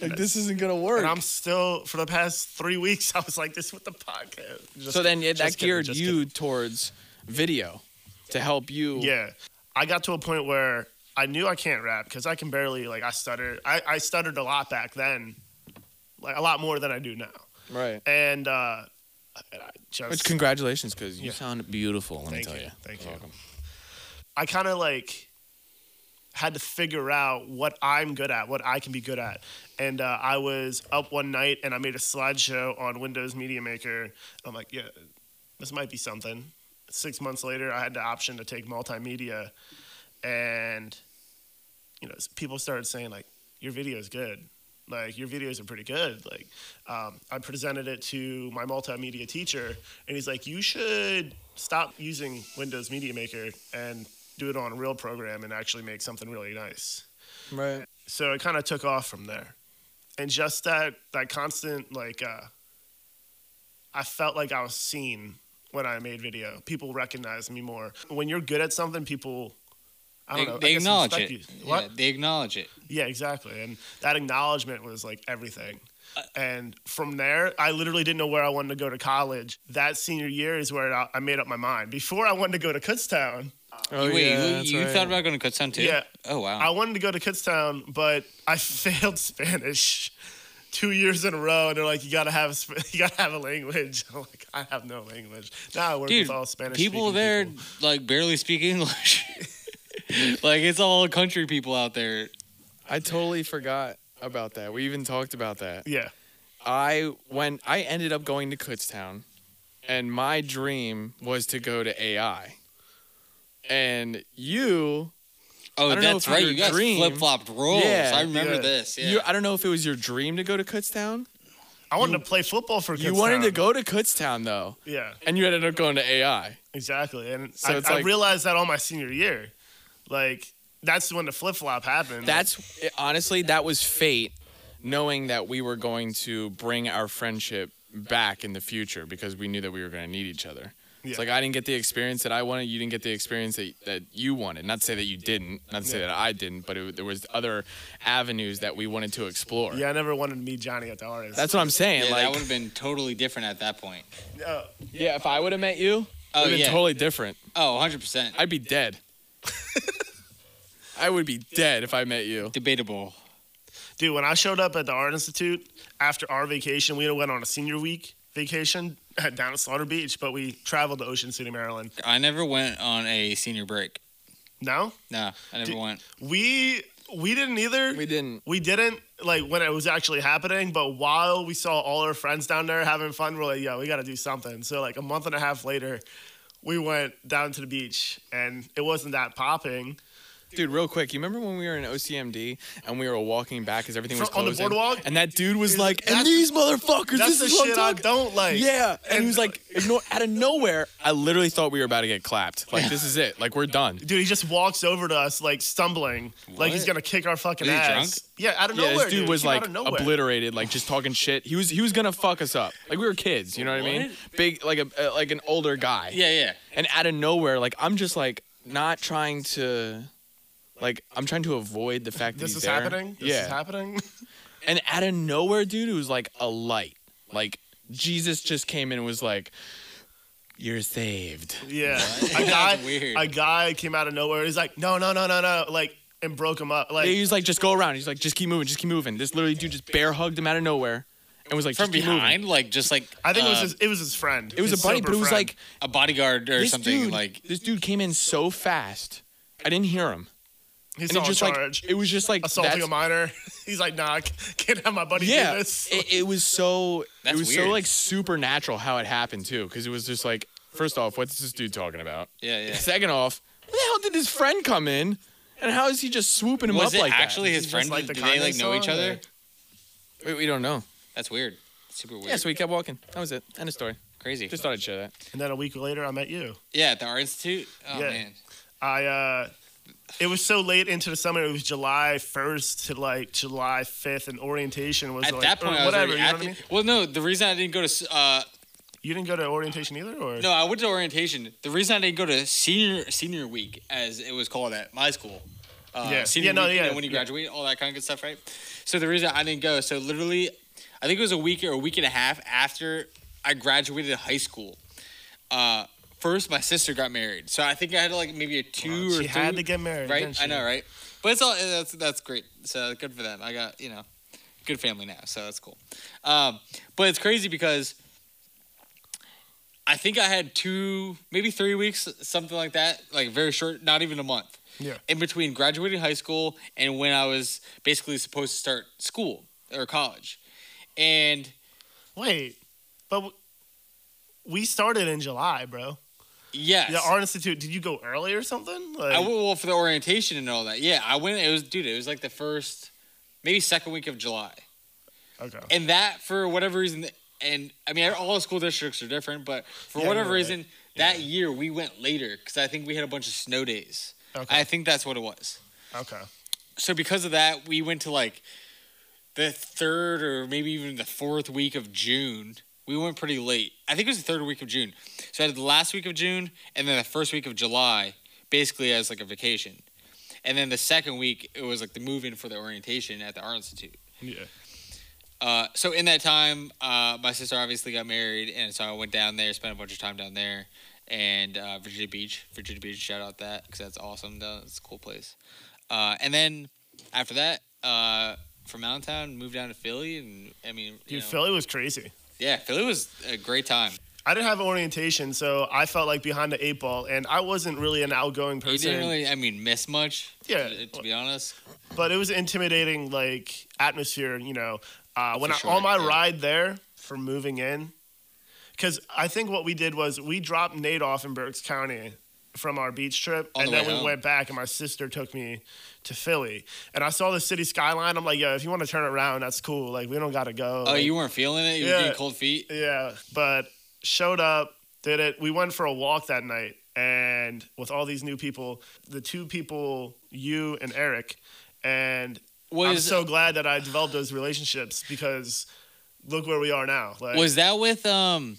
[SPEAKER 1] like this isn't gonna work.
[SPEAKER 4] and I'm still for the past three weeks. <laughs> I was like this with the podcast. Just-
[SPEAKER 1] so then yeah, that
[SPEAKER 4] just kidding,
[SPEAKER 1] geared
[SPEAKER 4] just
[SPEAKER 1] you towards video to help you.
[SPEAKER 4] Yeah. I got to a point where I knew I can't rap because I can barely, like, I stuttered. I, I stuttered a lot back then, like, a lot more than I do now.
[SPEAKER 1] Right.
[SPEAKER 4] And, uh, and I just.
[SPEAKER 1] Which congratulations, because you
[SPEAKER 4] Yeah.
[SPEAKER 1] sound beautiful. Let me
[SPEAKER 4] thank
[SPEAKER 1] tell
[SPEAKER 4] you.
[SPEAKER 1] you.
[SPEAKER 4] Thank you. I kind of like had to figure out what I'm good at, what I can be good at. And uh, I was up one night and I made a slideshow on Windows Media Maker. I'm like, yeah, this might be something. Six months later, I had the option to take multimedia, and you know, s- people started saying like, your video is good. Like your videos are pretty good. Like um, I presented it to my multimedia teacher, and he's like, "You should stop using Windows Media Maker and do it on a real program and actually make something really nice."
[SPEAKER 1] Right.
[SPEAKER 4] So it kind of took off from there, and just that that constant like uh, I felt like I was seen when I made video. People recognized me more. When you're good at something, people I
[SPEAKER 3] They,
[SPEAKER 4] don't know.
[SPEAKER 3] they
[SPEAKER 4] I guess
[SPEAKER 3] acknowledge it.
[SPEAKER 4] respect You. What?
[SPEAKER 3] Yeah, they acknowledge it.
[SPEAKER 4] Yeah, exactly. And that acknowledgement was like everything.
[SPEAKER 1] Uh,
[SPEAKER 4] And from there, I literally didn't know where I wanted to go to college. That senior year is where I I made up my mind. Before I wanted to go to Kutztown,
[SPEAKER 1] Oh,
[SPEAKER 3] Wait,
[SPEAKER 1] yeah,
[SPEAKER 3] you-
[SPEAKER 1] that's
[SPEAKER 3] you
[SPEAKER 1] right.
[SPEAKER 3] thought about going to Kutztown too?
[SPEAKER 4] Yeah.
[SPEAKER 3] Oh
[SPEAKER 1] Uh.
[SPEAKER 3] wow.
[SPEAKER 4] I wanted to go to Kutztown, but I <laughs> failed Spanish two years in a row. And they're like, "You gotta have Sp- <laughs> you gotta have a language." <laughs> I'm like, "I have no language." Now I work
[SPEAKER 3] Dude,
[SPEAKER 4] with all Spanish
[SPEAKER 3] people
[SPEAKER 4] speaking
[SPEAKER 3] there
[SPEAKER 4] people.
[SPEAKER 3] like barely speak English. <laughs> like it's all country people out there.
[SPEAKER 1] I totally forgot about that. We even talked about that.
[SPEAKER 4] Yeah,
[SPEAKER 1] I went. I ended up going to Kutztown, and my dream was to go to AI. And you,
[SPEAKER 3] Oh,
[SPEAKER 1] I don't know
[SPEAKER 3] that's
[SPEAKER 1] if
[SPEAKER 3] right.
[SPEAKER 1] your
[SPEAKER 3] You guys
[SPEAKER 1] dream-
[SPEAKER 3] flip flopped roles.
[SPEAKER 1] Yeah,
[SPEAKER 3] I remember
[SPEAKER 4] yeah.
[SPEAKER 3] this. Yeah.
[SPEAKER 1] you, I don't know if it was your dream to go to Kutztown.
[SPEAKER 4] I wanted to play football for Kutztown.
[SPEAKER 1] You wanted to go to Kutztown though,
[SPEAKER 4] Yeah,
[SPEAKER 1] and you ended up going to AI.
[SPEAKER 4] exactly. And
[SPEAKER 1] So
[SPEAKER 4] I,
[SPEAKER 1] it's
[SPEAKER 4] I
[SPEAKER 1] like-
[SPEAKER 4] realized that all my senior year, like that's when the flip flop happened.
[SPEAKER 1] That's honestly that was fate, knowing that we were going to bring our friendship back in the future because we knew that we were going to need each other.
[SPEAKER 4] Yeah.
[SPEAKER 1] It's like I didn't get the experience that I wanted. You didn't get the experience that, that you wanted. Not to say that you didn't. Not to say that I didn't. But it, there was other avenues that we wanted to explore.
[SPEAKER 4] Yeah, I never wanted to meet Johnny at the artist.
[SPEAKER 1] That's what I'm saying.
[SPEAKER 3] Yeah, that
[SPEAKER 1] like,
[SPEAKER 3] would have been totally different at that point.
[SPEAKER 4] Uh,
[SPEAKER 1] yeah, if I would have met you, it
[SPEAKER 3] Oh,
[SPEAKER 1] would have been
[SPEAKER 3] yeah.
[SPEAKER 1] totally different.
[SPEAKER 3] Oh, 100%.
[SPEAKER 1] I'd be dead. I would be dead if I met you.
[SPEAKER 3] Debatable.
[SPEAKER 4] dude, when I showed up at the Art Institute after our vacation, we went on a senior week vacation <laughs> down at Slaughter Beach, but we traveled to Ocean City, Maryland.
[SPEAKER 3] I never went on a senior break.
[SPEAKER 4] No,
[SPEAKER 3] No, I never
[SPEAKER 4] Dude.
[SPEAKER 3] went.
[SPEAKER 4] we we didn't either.
[SPEAKER 1] We
[SPEAKER 4] We,
[SPEAKER 1] didn't.
[SPEAKER 4] didn't like when it was actually happening, but while we saw all our friends down there having fun, we're like, yo, we got to do something. So like a month and a half later, we went down to the beach, and it wasn't that popping
[SPEAKER 1] Dude, real quick, you remember when we were in OCMD and we were walking back because everything was
[SPEAKER 4] From- on the
[SPEAKER 1] closing?
[SPEAKER 4] boardwalk?
[SPEAKER 1] And that dude was like, and
[SPEAKER 4] that's-
[SPEAKER 1] these motherfuckers, this
[SPEAKER 4] that's the
[SPEAKER 1] is what I'm
[SPEAKER 4] shit I
[SPEAKER 1] talking-"
[SPEAKER 4] don't like.
[SPEAKER 1] Yeah, and, he
[SPEAKER 4] And-
[SPEAKER 1] was
[SPEAKER 4] <laughs>
[SPEAKER 1] like, ignore, out of nowhere, I literally thought we were about to get clapped. Like, this is it. Like, we're done.
[SPEAKER 4] Dude, he just walks over to us like stumbling, like he's
[SPEAKER 3] What?
[SPEAKER 4] gonna kick our fucking
[SPEAKER 3] Was he
[SPEAKER 4] ass. Yeah, out of
[SPEAKER 1] Yeah,
[SPEAKER 4] <laughs> nowhere.
[SPEAKER 1] this dude,
[SPEAKER 4] He
[SPEAKER 1] was
[SPEAKER 4] came out
[SPEAKER 1] like
[SPEAKER 4] of nowhere.
[SPEAKER 1] obliterated, like just talking shit. He was he was gonna fuck us up. Like we were kids, you know what, I mean? Big, like a, a like an older guy.
[SPEAKER 3] Yeah, yeah.
[SPEAKER 1] and out of nowhere, like I'm just like not trying to, like I'm trying to avoid the fact that
[SPEAKER 4] This
[SPEAKER 1] he's
[SPEAKER 4] is
[SPEAKER 1] there.
[SPEAKER 4] happening. This
[SPEAKER 1] yeah,
[SPEAKER 4] is
[SPEAKER 1] <laughs>
[SPEAKER 4] happening.
[SPEAKER 1] and out of nowhere, dude, it was like a light. Like Jesus just came in and was like, "You're saved."
[SPEAKER 4] yeah, a
[SPEAKER 3] That's
[SPEAKER 4] guy,
[SPEAKER 3] weird.
[SPEAKER 4] a guy came out of nowhere. He's like, no, no, no, no, no, like and broke him up. Like,
[SPEAKER 1] He was like, "Just go around." He's like, "Just keep moving, just keep moving." This literally dude just bear hugged him out of nowhere, and was like,
[SPEAKER 3] From
[SPEAKER 1] "Just keep
[SPEAKER 3] behind,
[SPEAKER 1] Moving.
[SPEAKER 3] like just like
[SPEAKER 4] I think it was
[SPEAKER 3] uh,
[SPEAKER 4] his, it was his friend.
[SPEAKER 1] It was
[SPEAKER 4] his
[SPEAKER 1] a buddy,
[SPEAKER 4] sober
[SPEAKER 1] but it was
[SPEAKER 4] friend.
[SPEAKER 1] like
[SPEAKER 3] a bodyguard or
[SPEAKER 1] this
[SPEAKER 3] something
[SPEAKER 1] dude.
[SPEAKER 3] like
[SPEAKER 1] this dude came in so fast, I didn't hear him,
[SPEAKER 4] he's
[SPEAKER 1] and it
[SPEAKER 4] on
[SPEAKER 1] just
[SPEAKER 4] charge,
[SPEAKER 1] like it was just like
[SPEAKER 4] assaulting
[SPEAKER 1] that's-
[SPEAKER 4] a minor. <laughs> he's like, nah, I c- can't have my buddy
[SPEAKER 1] yeah,
[SPEAKER 4] do this.
[SPEAKER 1] <laughs> It, it was so
[SPEAKER 3] That's
[SPEAKER 1] it was
[SPEAKER 3] weird.
[SPEAKER 1] so like supernatural how it happened too, because it was just like, first off, what's this dude talking about?
[SPEAKER 3] yeah, yeah.
[SPEAKER 1] Second off, where the hell did his friend come in? And how is he just swooping him up
[SPEAKER 3] Was it
[SPEAKER 1] like
[SPEAKER 3] actually
[SPEAKER 1] that?
[SPEAKER 3] his
[SPEAKER 4] just
[SPEAKER 3] friend?
[SPEAKER 4] like
[SPEAKER 3] Did
[SPEAKER 4] the
[SPEAKER 3] they
[SPEAKER 4] Kanye
[SPEAKER 3] like know each
[SPEAKER 4] song,
[SPEAKER 3] other?
[SPEAKER 4] or-
[SPEAKER 1] We, we don't know.
[SPEAKER 3] That's weird. Super weird.
[SPEAKER 1] Yeah, so we kept walking. That was it. End of story.
[SPEAKER 3] Crazy.
[SPEAKER 1] Just thought I'd share that.
[SPEAKER 4] And then a week later, I met you.
[SPEAKER 3] yeah, at the art institute. Oh
[SPEAKER 4] Yeah.
[SPEAKER 3] man.
[SPEAKER 4] I uh it was so late into the summer. It was July first to like July fifth, and orientation was
[SPEAKER 3] At
[SPEAKER 4] like
[SPEAKER 3] that
[SPEAKER 4] or
[SPEAKER 3] point, I was
[SPEAKER 4] whatever.
[SPEAKER 3] already
[SPEAKER 4] you, know
[SPEAKER 3] at
[SPEAKER 4] what I
[SPEAKER 3] the-
[SPEAKER 4] mean?
[SPEAKER 3] Well, no, the reason I didn't go to s- uh,
[SPEAKER 4] you didn't go to orientation either, or
[SPEAKER 3] No, I went to orientation. The reason I didn't go to senior senior week, as it was called at my school, uh,
[SPEAKER 4] Yeah.
[SPEAKER 3] senior
[SPEAKER 4] Yeah, no,
[SPEAKER 3] week, you know,
[SPEAKER 4] yeah,
[SPEAKER 3] when you
[SPEAKER 4] yeah.
[SPEAKER 3] graduate, all that kind of good stuff, right? So the reason I didn't go, so literally, I think it was a week or a week and a half after I graduated high school. Uh, first, my sister got married, so I think I had like maybe a two or
[SPEAKER 4] she
[SPEAKER 3] three.
[SPEAKER 4] had to get married.
[SPEAKER 3] right,
[SPEAKER 4] didn't she?
[SPEAKER 3] I know, right? But it's all eh, that's that's great. So good for them. I got you know, good family now, so that's cool. Um, but it's crazy because I think I had two, maybe three weeks, something like that, like very short, not even a month.
[SPEAKER 4] Yeah.
[SPEAKER 3] In between graduating high school and when I was basically supposed to start school or college, and
[SPEAKER 4] Wait, but w- we started in July, bro.
[SPEAKER 3] yes,
[SPEAKER 4] Yeah, Art Institute. Did you go early or something? Like,
[SPEAKER 3] I went well for the orientation and all that. Yeah, I went. It was dude. It was like the first, maybe second week of July.
[SPEAKER 4] okay.
[SPEAKER 3] and that for whatever reason and i mean all the school districts are different but for
[SPEAKER 4] Yeah, you're
[SPEAKER 3] whatever
[SPEAKER 4] right.
[SPEAKER 3] reason that year we went later because i think we had a bunch of snow days
[SPEAKER 4] Okay.
[SPEAKER 3] i think that's what it was
[SPEAKER 4] okay.
[SPEAKER 3] so because of that we went to like the third or maybe even the fourth week of june we went pretty late i think it was the third week of june so i had the last week of june and then the first week of july basically as like a vacation and then the second week it was like the move-in for the orientation at the art institute
[SPEAKER 4] Yeah.
[SPEAKER 3] uh, so in that time, uh, my sister obviously got married, and so I went down there, spent a bunch of time down there, and uh, Virginia Beach, Virginia Beach, shout out that because that's awesome. That's a cool place. Uh, and then after that, uh, from Allentown, moved down to Philly, and I mean,
[SPEAKER 4] Dude,
[SPEAKER 3] you know-
[SPEAKER 4] Philly was crazy.
[SPEAKER 3] yeah, Philly was a great time.
[SPEAKER 4] I didn't have orientation, so I felt like behind the eight ball, and I wasn't really an outgoing
[SPEAKER 3] You
[SPEAKER 4] person.
[SPEAKER 3] didn't really, I mean, miss much.
[SPEAKER 4] Yeah.
[SPEAKER 3] to, to be honest.
[SPEAKER 4] but it was intimidating like atmosphere you know uh, when
[SPEAKER 3] For
[SPEAKER 4] I,
[SPEAKER 3] sure,
[SPEAKER 4] on my
[SPEAKER 3] yeah.
[SPEAKER 4] ride there for moving in because i think what we did was we dropped nate off in burks county from our beach trip
[SPEAKER 3] On
[SPEAKER 4] and
[SPEAKER 3] the
[SPEAKER 4] then
[SPEAKER 3] way
[SPEAKER 4] we
[SPEAKER 3] home.
[SPEAKER 4] went back and my sister took me to philly and i saw the city skyline i'm like yo if you want to turn around that's cool like we don't gotta go
[SPEAKER 3] oh,
[SPEAKER 4] Like,
[SPEAKER 3] you weren't feeling it. You were
[SPEAKER 4] Yeah.
[SPEAKER 3] getting cold feet.
[SPEAKER 4] yeah, but showed up, did it. We went for a walk that night, and with all these new people, the two people, you and Eric, and I'm
[SPEAKER 3] Was-
[SPEAKER 4] so glad that I developed those relationships because look where we are now. Like
[SPEAKER 3] Was that with um?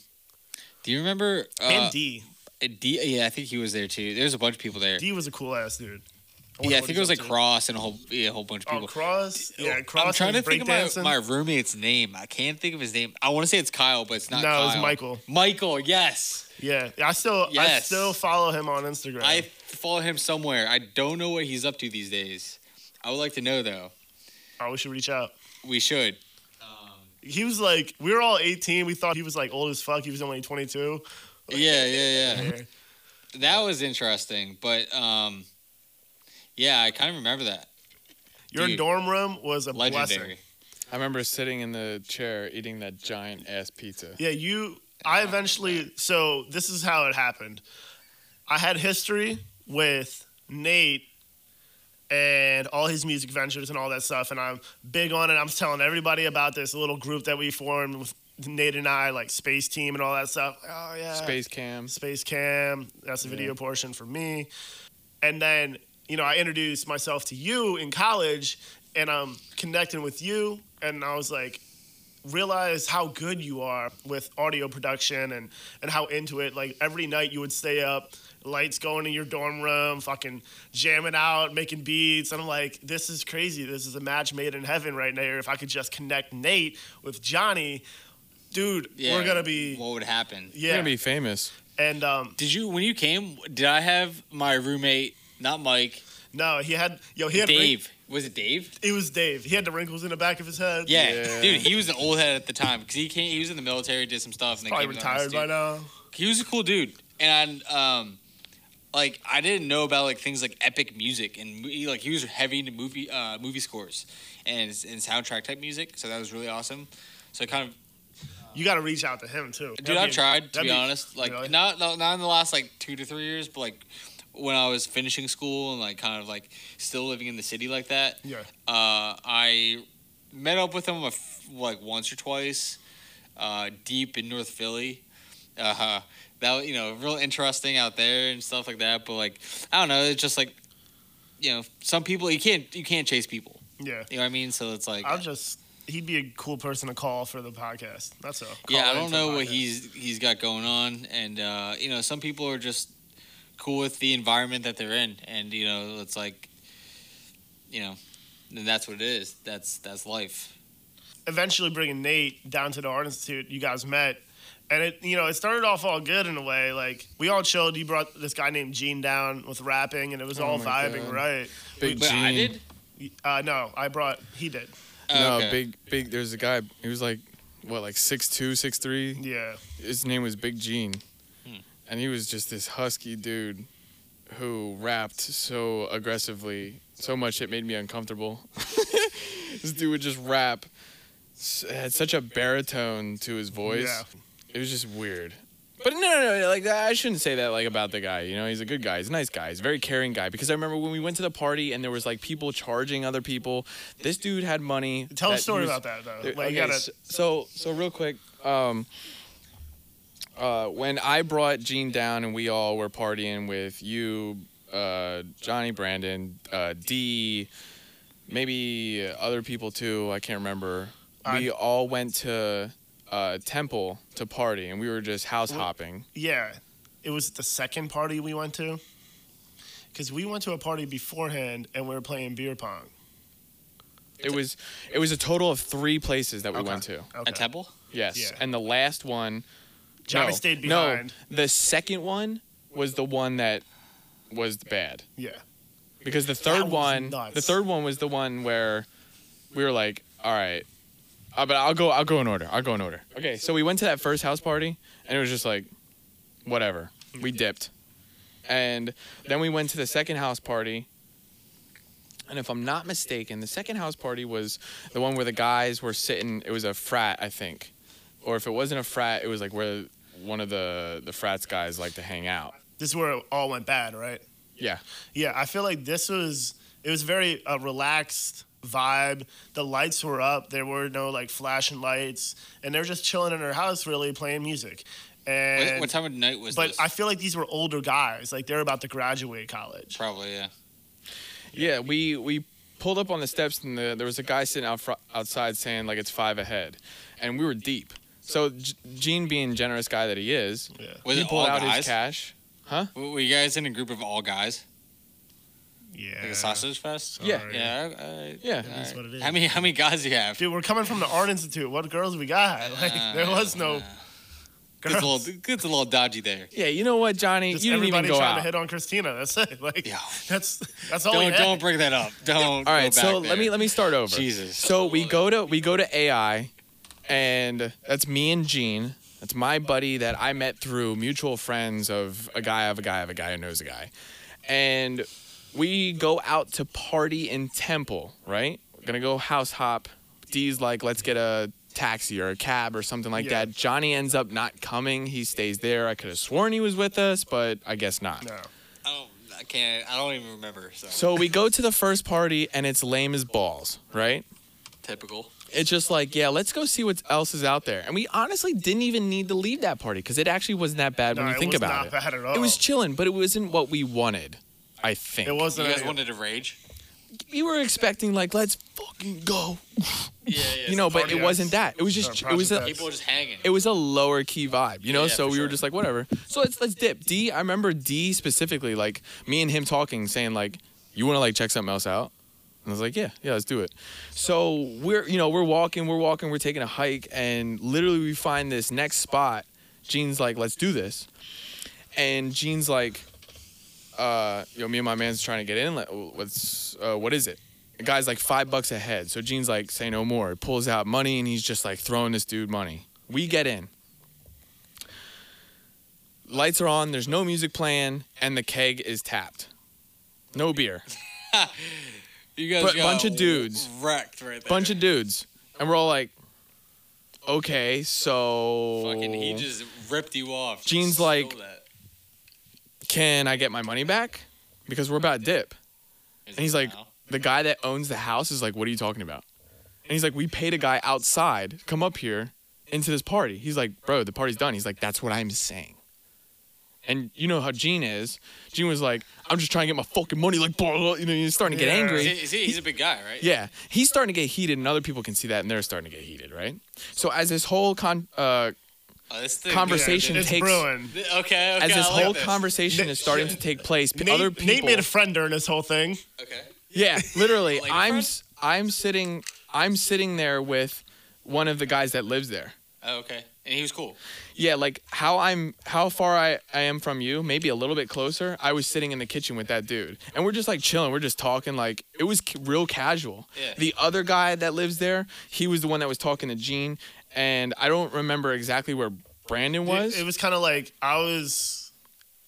[SPEAKER 3] Do you remember? Uh,
[SPEAKER 4] and D,
[SPEAKER 3] D- yeah, I think he was there too. There's a bunch of people there.
[SPEAKER 4] D was a cool ass dude. I wonder
[SPEAKER 3] Yeah, I
[SPEAKER 4] what
[SPEAKER 3] think
[SPEAKER 4] he's
[SPEAKER 3] it was
[SPEAKER 4] up
[SPEAKER 3] like
[SPEAKER 4] to.
[SPEAKER 3] Cross and a whole yeah, a whole bunch of
[SPEAKER 4] Oh,
[SPEAKER 3] people.
[SPEAKER 4] Cross. Yeah, Cross.
[SPEAKER 3] I'm trying to
[SPEAKER 4] was
[SPEAKER 3] think of
[SPEAKER 4] breakdancing.
[SPEAKER 3] my, my roommate's name. I can't think of his name. I want to say it's Kyle, but it's not.
[SPEAKER 4] No, it was
[SPEAKER 3] Kyle.
[SPEAKER 4] Michael.
[SPEAKER 3] Michael, yes.
[SPEAKER 4] Yeah, I still I
[SPEAKER 3] Yes.
[SPEAKER 4] still follow him on Instagram.
[SPEAKER 3] I follow him somewhere. I don't know what he's up to these days. I would like to know though.
[SPEAKER 4] oh, we should reach out.
[SPEAKER 3] We should.
[SPEAKER 4] Um, He was like, we were all 18. We thought he was like old as fuck. He was only 22. <laughs>
[SPEAKER 3] Yeah, yeah, yeah.
[SPEAKER 4] Yeah.
[SPEAKER 3] that was interesting, but um, yeah, I kind of remember that.
[SPEAKER 4] Your
[SPEAKER 3] Dude.
[SPEAKER 4] dorm room was a blessing.
[SPEAKER 3] Legendary.
[SPEAKER 1] I remember sitting in the chair eating that giant ass pizza.
[SPEAKER 4] Yeah, you.
[SPEAKER 3] Oh,
[SPEAKER 4] I eventually. So this is how it happened. I had history with Nate and all his music ventures and all that stuff, and I'm big on it. I'm telling everybody about this little group that we formed with Nate and I, like Space Team and all that stuff. Oh yeah,
[SPEAKER 1] Space Cam.
[SPEAKER 4] Space Cam. That's the video portion for me. And then, you know, I introduced myself to you in college and I'm connecting with you. And I was like, realize how good you are with audio production and, and how into it. Like every night you would stay up, lights going in your dorm room, fucking jamming out, making beats. And I'm like, this is crazy. This is a match made in heaven right now. If I could just connect Nate with Johnny, dude,
[SPEAKER 3] Yeah.
[SPEAKER 4] we're going to be.
[SPEAKER 3] What would happen?
[SPEAKER 1] You're
[SPEAKER 4] yeah,
[SPEAKER 1] gonna be famous.
[SPEAKER 4] and um,
[SPEAKER 3] Did you when you came? Did I have my roommate? Not Mike.
[SPEAKER 4] No, he had yo, he had
[SPEAKER 3] Dave. Was it Dave?
[SPEAKER 4] wrin- it was Dave. He had the wrinkles in the back of his head.
[SPEAKER 3] Yeah.
[SPEAKER 1] Yeah.
[SPEAKER 3] dude, he was an old head at the time because he came. He was in the military, did some stuff, and then
[SPEAKER 4] probably
[SPEAKER 3] came down
[SPEAKER 4] retired
[SPEAKER 3] to
[SPEAKER 4] by
[SPEAKER 3] us, dude.
[SPEAKER 4] now.
[SPEAKER 3] He was a cool dude, and um, like I didn't know about like things like epic music and mo- he, like he was heavy into movie uh, movie scores and and soundtrack type music, so that was really awesome. So I kind of
[SPEAKER 4] You got to reach out to him too.
[SPEAKER 3] Dude, I've tried to be, honest. Like
[SPEAKER 4] really?
[SPEAKER 3] not, not not in the last like two to three years, but like when I was finishing school and like kind of like still living in the city like that.
[SPEAKER 4] Yeah.
[SPEAKER 3] Uh, I met up with him a f- like once or twice, uh, deep in North Philly. Uh huh. That was, you know, real interesting out there and stuff like that. But like, I don't know. It's just like, you know, some people you can't you can't chase people.
[SPEAKER 4] Yeah.
[SPEAKER 3] You know what I mean? So it's like,
[SPEAKER 4] I'll just. He'd be a cool person to call for the podcast. That's all.
[SPEAKER 3] yeah,
[SPEAKER 4] Call
[SPEAKER 3] I
[SPEAKER 4] in
[SPEAKER 3] don't
[SPEAKER 4] for the
[SPEAKER 3] know what
[SPEAKER 4] podcast.
[SPEAKER 3] he's he's got going on, and uh, you know, some people are just cool with the environment that they're in, and you know, it's like, you know, then that's what it is. That's that's life.
[SPEAKER 4] eventually bringing Nate down to the art institute. You guys met, and it you know it started off all good in a way. Like we all chilled. You brought this guy named Gene down with rapping, and it was
[SPEAKER 1] Oh
[SPEAKER 4] all
[SPEAKER 1] my
[SPEAKER 4] vibing
[SPEAKER 1] God.
[SPEAKER 4] right.
[SPEAKER 1] Big
[SPEAKER 3] But I
[SPEAKER 1] Gene.
[SPEAKER 3] did. uh, Oh,
[SPEAKER 4] Uh, no, I brought he did.
[SPEAKER 1] No,
[SPEAKER 3] Okay.
[SPEAKER 1] big, big. There's a guy. He was like, what, like six two, six three.
[SPEAKER 4] Yeah,
[SPEAKER 1] His name was Big Gene,
[SPEAKER 3] Hmm.
[SPEAKER 1] and he was just this husky dude who rapped so aggressively, so much it made me uncomfortable. <laughs> this dude would just rap. S- Had such a baritone to his voice.
[SPEAKER 4] Yeah.
[SPEAKER 1] It was just weird. But no, no, no. Like I shouldn't say that like about the guy. You know, he's a good guy. He's a nice guy. He's a very caring guy. Because I remember when we went to the party and there was like people charging other people. This dude had money.
[SPEAKER 4] tell
[SPEAKER 1] that
[SPEAKER 4] a
[SPEAKER 1] he
[SPEAKER 4] story
[SPEAKER 1] was-
[SPEAKER 4] about that though.
[SPEAKER 1] there-
[SPEAKER 4] Like you
[SPEAKER 1] Uh, okay,
[SPEAKER 4] gotta,
[SPEAKER 1] s- so so real quick, um, uh, when I brought Gene down and we all were partying with you, uh, Johnny, Brandon, uh, D, maybe other people too. I can't remember.
[SPEAKER 4] I-
[SPEAKER 1] we all went to uh, Temple to party and we were just house hopping.
[SPEAKER 4] yeah, it was the second party we went to. Because we went to a party beforehand and we were playing beer pong.
[SPEAKER 1] It was it was a total of three places that we
[SPEAKER 4] Okay.
[SPEAKER 1] went to.
[SPEAKER 4] Okay.
[SPEAKER 3] At Temple?
[SPEAKER 1] Yes,
[SPEAKER 4] Yeah.
[SPEAKER 1] and the last one
[SPEAKER 4] Johnny
[SPEAKER 1] no,
[SPEAKER 4] stayed
[SPEAKER 1] no,
[SPEAKER 4] behind.
[SPEAKER 1] the second one was the one that was bad.
[SPEAKER 4] Yeah.
[SPEAKER 1] Because the third
[SPEAKER 4] was
[SPEAKER 1] one,
[SPEAKER 4] nuts.
[SPEAKER 1] the third one was the one where we were like, all right, uh, but I'll go, I'll go in order. I'll go in order. Okay, so we went to that first house party, and it was just like, whatever. We dipped, and then we went to the second house party. And if I'm not mistaken, the second house party was the one where the guys were sitting. It was a frat, I think, or if it wasn't a frat, it was like where one of the the frats guys like to hang out.
[SPEAKER 4] This is where it all went bad, right?
[SPEAKER 1] Yeah.
[SPEAKER 4] Yeah, I feel like this was it was very a relaxed vibe. The lights were up. There were no like flashing lights, and they were just chilling in their house, really playing music. And
[SPEAKER 3] What, what time of night was
[SPEAKER 4] but
[SPEAKER 3] this?
[SPEAKER 4] I feel like these were older guys, like they're about to graduate college.
[SPEAKER 3] Probably, yeah.
[SPEAKER 1] Yeah, we we pulled up on the steps and the, there was a guy sitting out fr- outside saying like it's five ahead, and we were deep. So G- Gene, being generous guy that he is,
[SPEAKER 4] Yeah,
[SPEAKER 3] Was
[SPEAKER 1] he
[SPEAKER 3] it all
[SPEAKER 1] pulled out
[SPEAKER 3] guys?
[SPEAKER 1] his cash.
[SPEAKER 3] W- Were you guys in a group of all guys?
[SPEAKER 4] yeah.
[SPEAKER 3] Like a sausage fest?
[SPEAKER 1] Yeah.
[SPEAKER 4] Sorry.
[SPEAKER 3] Yeah. I- I-
[SPEAKER 1] Yeah.
[SPEAKER 3] all
[SPEAKER 1] It
[SPEAKER 4] is
[SPEAKER 3] right.
[SPEAKER 4] what it is.
[SPEAKER 3] How many how many guys do you have? Uh,
[SPEAKER 4] Dude, we're coming from the art institute. What girls we got? <laughs> Like there was no
[SPEAKER 3] Gets
[SPEAKER 4] <laughs>
[SPEAKER 3] a
[SPEAKER 4] girls.
[SPEAKER 3] little gets a little dodgy there.
[SPEAKER 1] Yeah, you know what, Johnny,
[SPEAKER 4] Just
[SPEAKER 1] you didn't even
[SPEAKER 4] everybody
[SPEAKER 1] go
[SPEAKER 4] trying to
[SPEAKER 1] out.
[SPEAKER 4] hit on Christina. That's it. <laughs> Like
[SPEAKER 3] Yeah.
[SPEAKER 4] that's that's all. we
[SPEAKER 3] don't
[SPEAKER 4] had.
[SPEAKER 3] don't bring
[SPEAKER 4] <laughs>
[SPEAKER 3] that up. Don't.
[SPEAKER 1] All right,
[SPEAKER 3] go back
[SPEAKER 1] so
[SPEAKER 3] there.
[SPEAKER 1] let me let me start over.
[SPEAKER 3] Jesus.
[SPEAKER 1] So we go to we go to AI, and that's me and Gene. That's my buddy that I met through mutual friends of a guy of a guy of a guy who knows a guy, and we go out to party in Temple. Right, we're gonna go house hop. D's like, let's get a taxi or a cab or something like
[SPEAKER 4] Yeah.
[SPEAKER 1] that. Johnny ends up not coming. He stays there. I could have sworn he was with us, but I guess not.
[SPEAKER 4] No.
[SPEAKER 3] I don't. I can't. I don't even remember. So,
[SPEAKER 1] So we go to the first party and it's lame as balls, right?
[SPEAKER 3] typical.
[SPEAKER 1] it's just like, yeah, let's go see what else is out there. And we honestly didn't even need to leave that party because it actually wasn't that bad
[SPEAKER 4] No,
[SPEAKER 1] when you
[SPEAKER 4] it
[SPEAKER 1] think
[SPEAKER 4] was
[SPEAKER 1] about
[SPEAKER 4] not
[SPEAKER 1] it.
[SPEAKER 4] bad at all.
[SPEAKER 1] It was chilling, but it wasn't what we wanted. I think
[SPEAKER 4] It
[SPEAKER 3] You
[SPEAKER 4] wasn't.
[SPEAKER 3] guys
[SPEAKER 4] any-
[SPEAKER 3] wanted to rage.
[SPEAKER 1] we were expecting like, let's fucking go,
[SPEAKER 3] Yeah, yeah.
[SPEAKER 1] you know. But
[SPEAKER 4] Party
[SPEAKER 1] it
[SPEAKER 4] X.
[SPEAKER 1] wasn't that. It was just,
[SPEAKER 4] Or
[SPEAKER 1] it was a,
[SPEAKER 4] Project X.
[SPEAKER 3] people were just hanging.
[SPEAKER 1] it was a lower key vibe, you know.
[SPEAKER 3] Yeah,
[SPEAKER 1] so
[SPEAKER 3] for
[SPEAKER 1] we were
[SPEAKER 3] sure.
[SPEAKER 1] just like, whatever. So let's let's dip. D, I remember D specifically, like me and him talking, saying like, you want to like check something else out. And I was like, yeah, yeah, let's do it. So we're you know we're walking, we're walking, we're taking a hike, and literally we find this next spot. Gene's like, let's do this, and Gene's like, uh, yo, me and my man's trying to get in. Like, what's uh, what is it? The guy's like five bucks a head. So Gene's like, say no more. He pulls out money and he's just like throwing this dude money. We get in. Lights are on. There's no music playing, and the keg is tapped. No beer.
[SPEAKER 3] you guys
[SPEAKER 1] but
[SPEAKER 3] got
[SPEAKER 1] bunch of dudes.
[SPEAKER 3] wrecked right there.
[SPEAKER 1] Bunch of dudes, and we're all like, okay, so
[SPEAKER 3] fucking. He just ripped you off.
[SPEAKER 1] Gene's
[SPEAKER 3] Stole
[SPEAKER 1] like-
[SPEAKER 3] that.
[SPEAKER 1] can I get my money back? Because we're about to dip. And he's like,
[SPEAKER 3] "No."
[SPEAKER 1] the guy that owns the house is like, what are you talking about? And he's like, we paid a guy outside, come up here, into this party. He's like, bro, the party's done. He's like, that's what I'm saying. And you know how Gene is. Gene was like, I'm just trying to get my fucking money. Like, blah, blah, you know, he's starting to get
[SPEAKER 4] Yeah.
[SPEAKER 1] angry.
[SPEAKER 3] Is he- is he- he's a big guy, right?
[SPEAKER 1] Yeah, he's starting to get heated, and other people can see that, and they're starting to get heated, right? So as this whole con, uh,
[SPEAKER 3] Oh, this thing-
[SPEAKER 1] Conversation.
[SPEAKER 4] It's
[SPEAKER 1] takes-
[SPEAKER 4] brewing.
[SPEAKER 3] Okay, okay.
[SPEAKER 1] as this
[SPEAKER 3] I like
[SPEAKER 1] whole
[SPEAKER 3] this.
[SPEAKER 1] conversation
[SPEAKER 4] Nate-
[SPEAKER 1] is starting to take place, p-
[SPEAKER 4] Nate,
[SPEAKER 1] other
[SPEAKER 4] Nate
[SPEAKER 1] people.
[SPEAKER 4] made a friend during this whole thing.
[SPEAKER 3] Okay.
[SPEAKER 1] <laughs> yeah, literally,
[SPEAKER 3] Lady
[SPEAKER 1] I'm
[SPEAKER 3] friend?
[SPEAKER 1] s- I'm sitting I'm sitting there with one of the guys that lives there.
[SPEAKER 3] Oh, okay. And he was cool.
[SPEAKER 1] Yeah, like how I'm how far I, I am from you, maybe a little bit closer. I was sitting in the kitchen with that dude. And we're just like chilling, we're just talking like it was c- real casual.
[SPEAKER 3] Yeah.
[SPEAKER 1] The other guy that lives there, he was the one that was talking to Gene and I don't remember exactly where Brandon was.
[SPEAKER 4] It, it was kind of like I was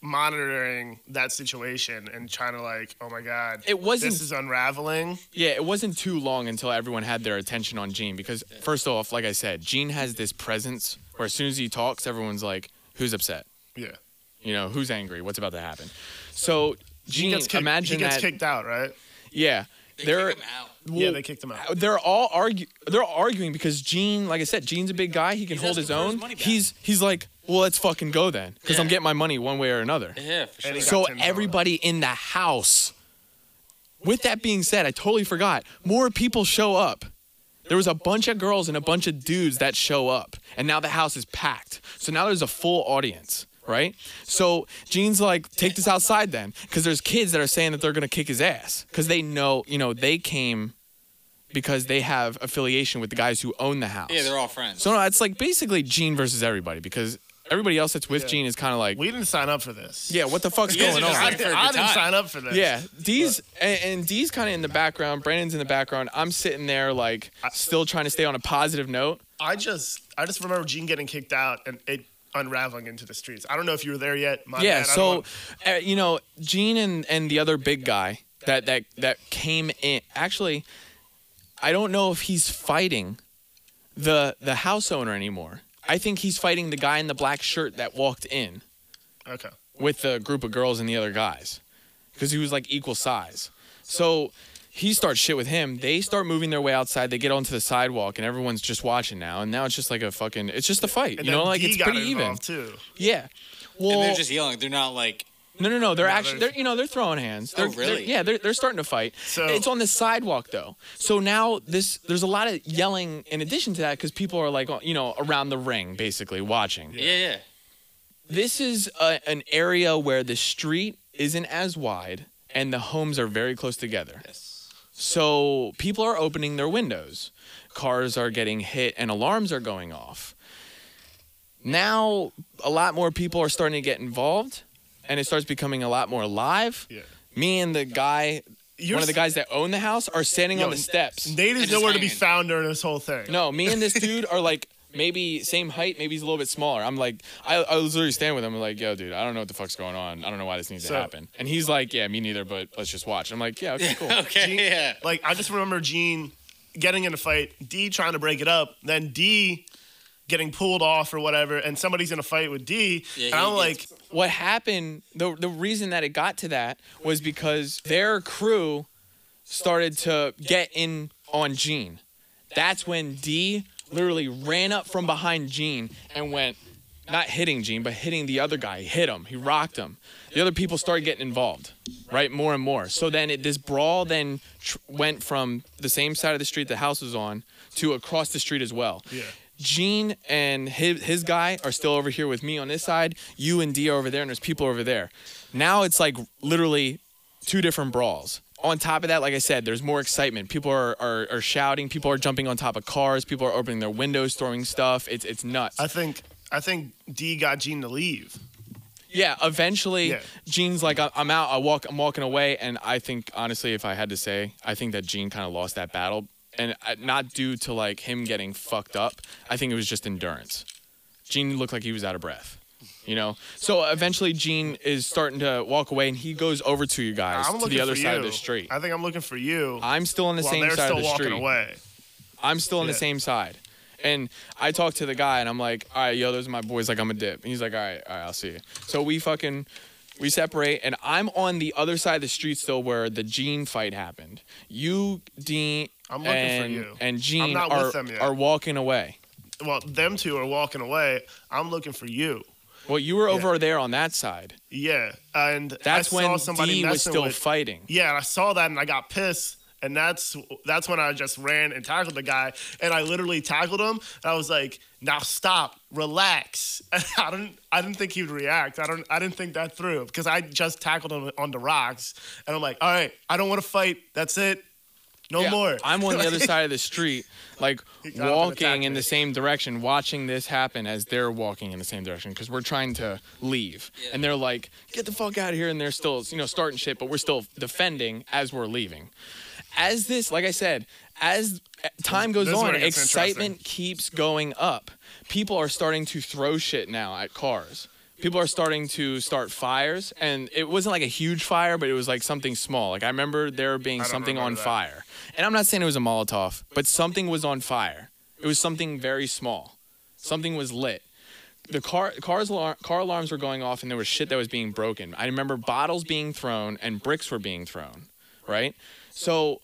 [SPEAKER 4] monitoring that situation and trying to like, oh my god,
[SPEAKER 1] It wasn't-
[SPEAKER 4] This is unraveling.
[SPEAKER 1] Yeah, it wasn't too long until everyone had their attention on Gene because first off, like I said, Gene has this presence where as soon as he talks, everyone's like, "Who's upset?
[SPEAKER 4] Yeah.
[SPEAKER 1] You know, who's angry? What's about to happen?" So
[SPEAKER 4] He
[SPEAKER 1] Gene,
[SPEAKER 4] gets kicked,
[SPEAKER 1] imagine
[SPEAKER 4] he gets
[SPEAKER 1] that.
[SPEAKER 4] kicked out, right?
[SPEAKER 1] Yeah,
[SPEAKER 3] They
[SPEAKER 1] they're
[SPEAKER 3] kick him out.
[SPEAKER 4] yeah,
[SPEAKER 1] well,
[SPEAKER 4] they kicked him out.
[SPEAKER 1] they're all argu- they're arguing because Gene, like I said, Gene's a big guy. He can
[SPEAKER 3] He's
[SPEAKER 1] hold
[SPEAKER 3] asking
[SPEAKER 1] his
[SPEAKER 3] for his
[SPEAKER 1] own.
[SPEAKER 3] money back.
[SPEAKER 1] he's he's like, well, let's fucking go then, because I'm
[SPEAKER 3] Yeah.
[SPEAKER 1] getting my money one way or another.
[SPEAKER 3] Yeah, for sure.
[SPEAKER 4] And he
[SPEAKER 1] So
[SPEAKER 4] got $10.
[SPEAKER 1] everybody in the house. With that being said, I totally forgot. More people show up. There was a bunch of girls and a bunch of dudes that show up, and now the house is packed. So now there's a full audience, right? So Gene's like, take this outside then, because there's kids that are saying that they're gonna kick his ass, because they know, you know, they came because they have affiliation with the guys who own the house.
[SPEAKER 3] yeah, they're all friends.
[SPEAKER 1] so no, it's like basically Gene versus everybody, because everybody else that's with Gene is kind of like,
[SPEAKER 4] We didn't sign up for this.
[SPEAKER 1] yeah, what the fuck's
[SPEAKER 3] You guys
[SPEAKER 1] going
[SPEAKER 3] are
[SPEAKER 1] on?
[SPEAKER 3] just
[SPEAKER 4] I,
[SPEAKER 3] like for a good
[SPEAKER 4] I didn't
[SPEAKER 3] time.
[SPEAKER 4] sign up for this.
[SPEAKER 1] Yeah, D's and, and D's kind of in the background. Brandon's in the background. I'm sitting there like still trying to stay on a positive note.
[SPEAKER 4] I just I just remember Gene getting kicked out and it unraveling into the streets. I don't know if you were there yet. My
[SPEAKER 1] yeah,
[SPEAKER 4] bad. I don't
[SPEAKER 1] so
[SPEAKER 4] want-
[SPEAKER 1] uh, you know, Gene and and the other big guy that that that came in. Actually, I don't know if he's fighting the the house owner anymore. I think he's fighting the guy in the black shirt that walked in
[SPEAKER 4] okay.
[SPEAKER 1] with the group of girls and the other guys because he was like equal size. So he starts shit with him. They start moving their way outside. They get onto the sidewalk, and everyone's just watching now. And now it's just like a fucking. It's just a fight,
[SPEAKER 4] And
[SPEAKER 1] you
[SPEAKER 4] then
[SPEAKER 1] know? Like
[SPEAKER 4] D
[SPEAKER 1] it's
[SPEAKER 4] got
[SPEAKER 1] pretty even.
[SPEAKER 4] involved too.
[SPEAKER 1] Yeah. Well,
[SPEAKER 3] and they're just yelling. They're not like
[SPEAKER 1] no, no, no. They're
[SPEAKER 4] No,
[SPEAKER 1] actually,
[SPEAKER 4] they're-
[SPEAKER 1] they're you know, they're throwing hands. They're,
[SPEAKER 3] Oh, really?
[SPEAKER 1] they're- yeah, they're, they're starting to fight.
[SPEAKER 4] So-
[SPEAKER 1] it's on the sidewalk though. So now this, there's a lot of yelling in addition to that because people are like, you know, around the ring basically watching
[SPEAKER 3] yeah, yeah.
[SPEAKER 1] this is a, an area where the street isn't as wide and the homes are very close together.
[SPEAKER 3] Yes.
[SPEAKER 1] So people are opening their windows, cars are getting hit, and alarms are going off. Now, a lot more people are starting to get involved, and it starts becoming a lot more live.
[SPEAKER 4] Yeah.
[SPEAKER 1] Me and the guy,
[SPEAKER 4] You're
[SPEAKER 1] one of the guys that own the house, are standing
[SPEAKER 4] Yo,
[SPEAKER 1] on the steps.
[SPEAKER 4] Nate is
[SPEAKER 3] Just
[SPEAKER 4] nowhere to be
[SPEAKER 3] hanging.
[SPEAKER 4] found during this whole thing.
[SPEAKER 1] No, me and this dude are like maybe same height, maybe he's a little bit smaller. I'm like, I, I was literally standing with him. I'm like, yo, dude, I don't know what the fuck's going on. I don't know why this needs
[SPEAKER 4] So-
[SPEAKER 1] to happen. And he's like, yeah, me neither, but let's just watch. I'm like, yeah, okay, cool.
[SPEAKER 3] <laughs> Okay, yeah.
[SPEAKER 4] Like I just remember Gene getting in a fight, D trying to break it up, then D getting pulled off or whatever, and somebody's in a fight with D,
[SPEAKER 3] Yeah,
[SPEAKER 4] and
[SPEAKER 3] he
[SPEAKER 4] I'm like,
[SPEAKER 3] gets-
[SPEAKER 1] what happened, the, the reason that it got to that was because their crew started to get in on Gene. That's when D literally ran up from behind Gene and went, not hitting Gene, but hitting the other guy. He hit him. He rocked him. The other people started getting involved, right? More and more. So then it, this brawl then tr- went from the same side of the street the house was on to across the street as well.
[SPEAKER 4] Yeah.
[SPEAKER 1] Gene and his, his guy are still over here with me on this side. You and D are over there, and there's people over there. Now it's like literally two different brawls. On top of that, like I said, there's more excitement. People are, are, are shouting. People are jumping on top of cars. People are opening their windows, throwing stuff. It's it's nuts.
[SPEAKER 4] I think I think D got Gene to leave.
[SPEAKER 1] Yeah, eventually,
[SPEAKER 4] Yeah.
[SPEAKER 1] Gene's like, "I- I'm out. I walk. I'm walking away. And I think, honestly, if I had to say, I think that Gene kind of lost that battle, and uh, not due to like him getting fucked up. I think it was just endurance. Gene looked like he was out of breath. You know, so eventually Gene is starting to walk away, and he goes over to you guys
[SPEAKER 4] I'm
[SPEAKER 1] to
[SPEAKER 4] looking
[SPEAKER 1] the other
[SPEAKER 4] for
[SPEAKER 1] side
[SPEAKER 4] you.
[SPEAKER 1] of the street.
[SPEAKER 4] I think I'm looking for you.
[SPEAKER 1] I'm still on the
[SPEAKER 4] while
[SPEAKER 1] same
[SPEAKER 4] they're
[SPEAKER 1] side
[SPEAKER 4] still
[SPEAKER 1] of the
[SPEAKER 4] walking
[SPEAKER 1] street.
[SPEAKER 4] away.
[SPEAKER 1] I'm still on the
[SPEAKER 4] Yeah.
[SPEAKER 1] same side. And I talk to the guy and I'm like, all right, yo, those are my boys. Like, I'm a dip. And he's like, all right, all right, I'll see you. So we fucking, we separate and I'm on the other side of the street still where the Gene fight happened. You, Dean,
[SPEAKER 4] I'm looking for
[SPEAKER 1] and,
[SPEAKER 4] you.
[SPEAKER 1] and Gene
[SPEAKER 4] not with
[SPEAKER 1] are,
[SPEAKER 4] them yet.
[SPEAKER 1] are walking away.
[SPEAKER 4] well, them two are walking away. I'm looking for you.
[SPEAKER 1] Well, you were over there on that side.
[SPEAKER 4] Yeah, and
[SPEAKER 1] That's
[SPEAKER 4] I
[SPEAKER 1] when
[SPEAKER 4] saw somebody
[SPEAKER 1] D was
[SPEAKER 4] messing
[SPEAKER 1] still
[SPEAKER 4] with-
[SPEAKER 1] fighting.
[SPEAKER 4] Yeah, and I saw that and I got pissed. And that's that's when I just ran and tackled the guy. And I literally tackled him. And I was like, now stop, relax. <laughs> And I didn't I didn't think he'd react. I don't I didn't think that through because I just tackled him on the rocks. And I'm like, all right, I don't want to fight. That's it. No
[SPEAKER 1] Yeah,
[SPEAKER 4] more.
[SPEAKER 1] I'm
[SPEAKER 4] <laughs>
[SPEAKER 1] on the other side of the street, like
[SPEAKER 4] got up and
[SPEAKER 1] walking
[SPEAKER 4] attacked
[SPEAKER 1] in
[SPEAKER 4] me.
[SPEAKER 1] the same direction, watching this happen as they're walking in the same direction because we're trying to leave. And they're like, get the fuck out of here. And they're still, you know, starting shit, but we're still defending as we're leaving. As this, like I said, as time goes
[SPEAKER 4] This is
[SPEAKER 1] on,
[SPEAKER 4] where it gets
[SPEAKER 1] excitement keeps going up. People are starting to throw shit now at cars. People are starting to start fires, and it wasn't like a huge fire, but it was like something small. Like I remember there being
[SPEAKER 4] I don't
[SPEAKER 1] something on
[SPEAKER 4] remember that.
[SPEAKER 1] fire, and I'm not saying it was a Molotov, but something was on fire. It was something very small. Something was lit. The car cars alar- car alarms were going off, and there was shit that was being broken. I remember bottles being thrown and bricks were being thrown. Right, so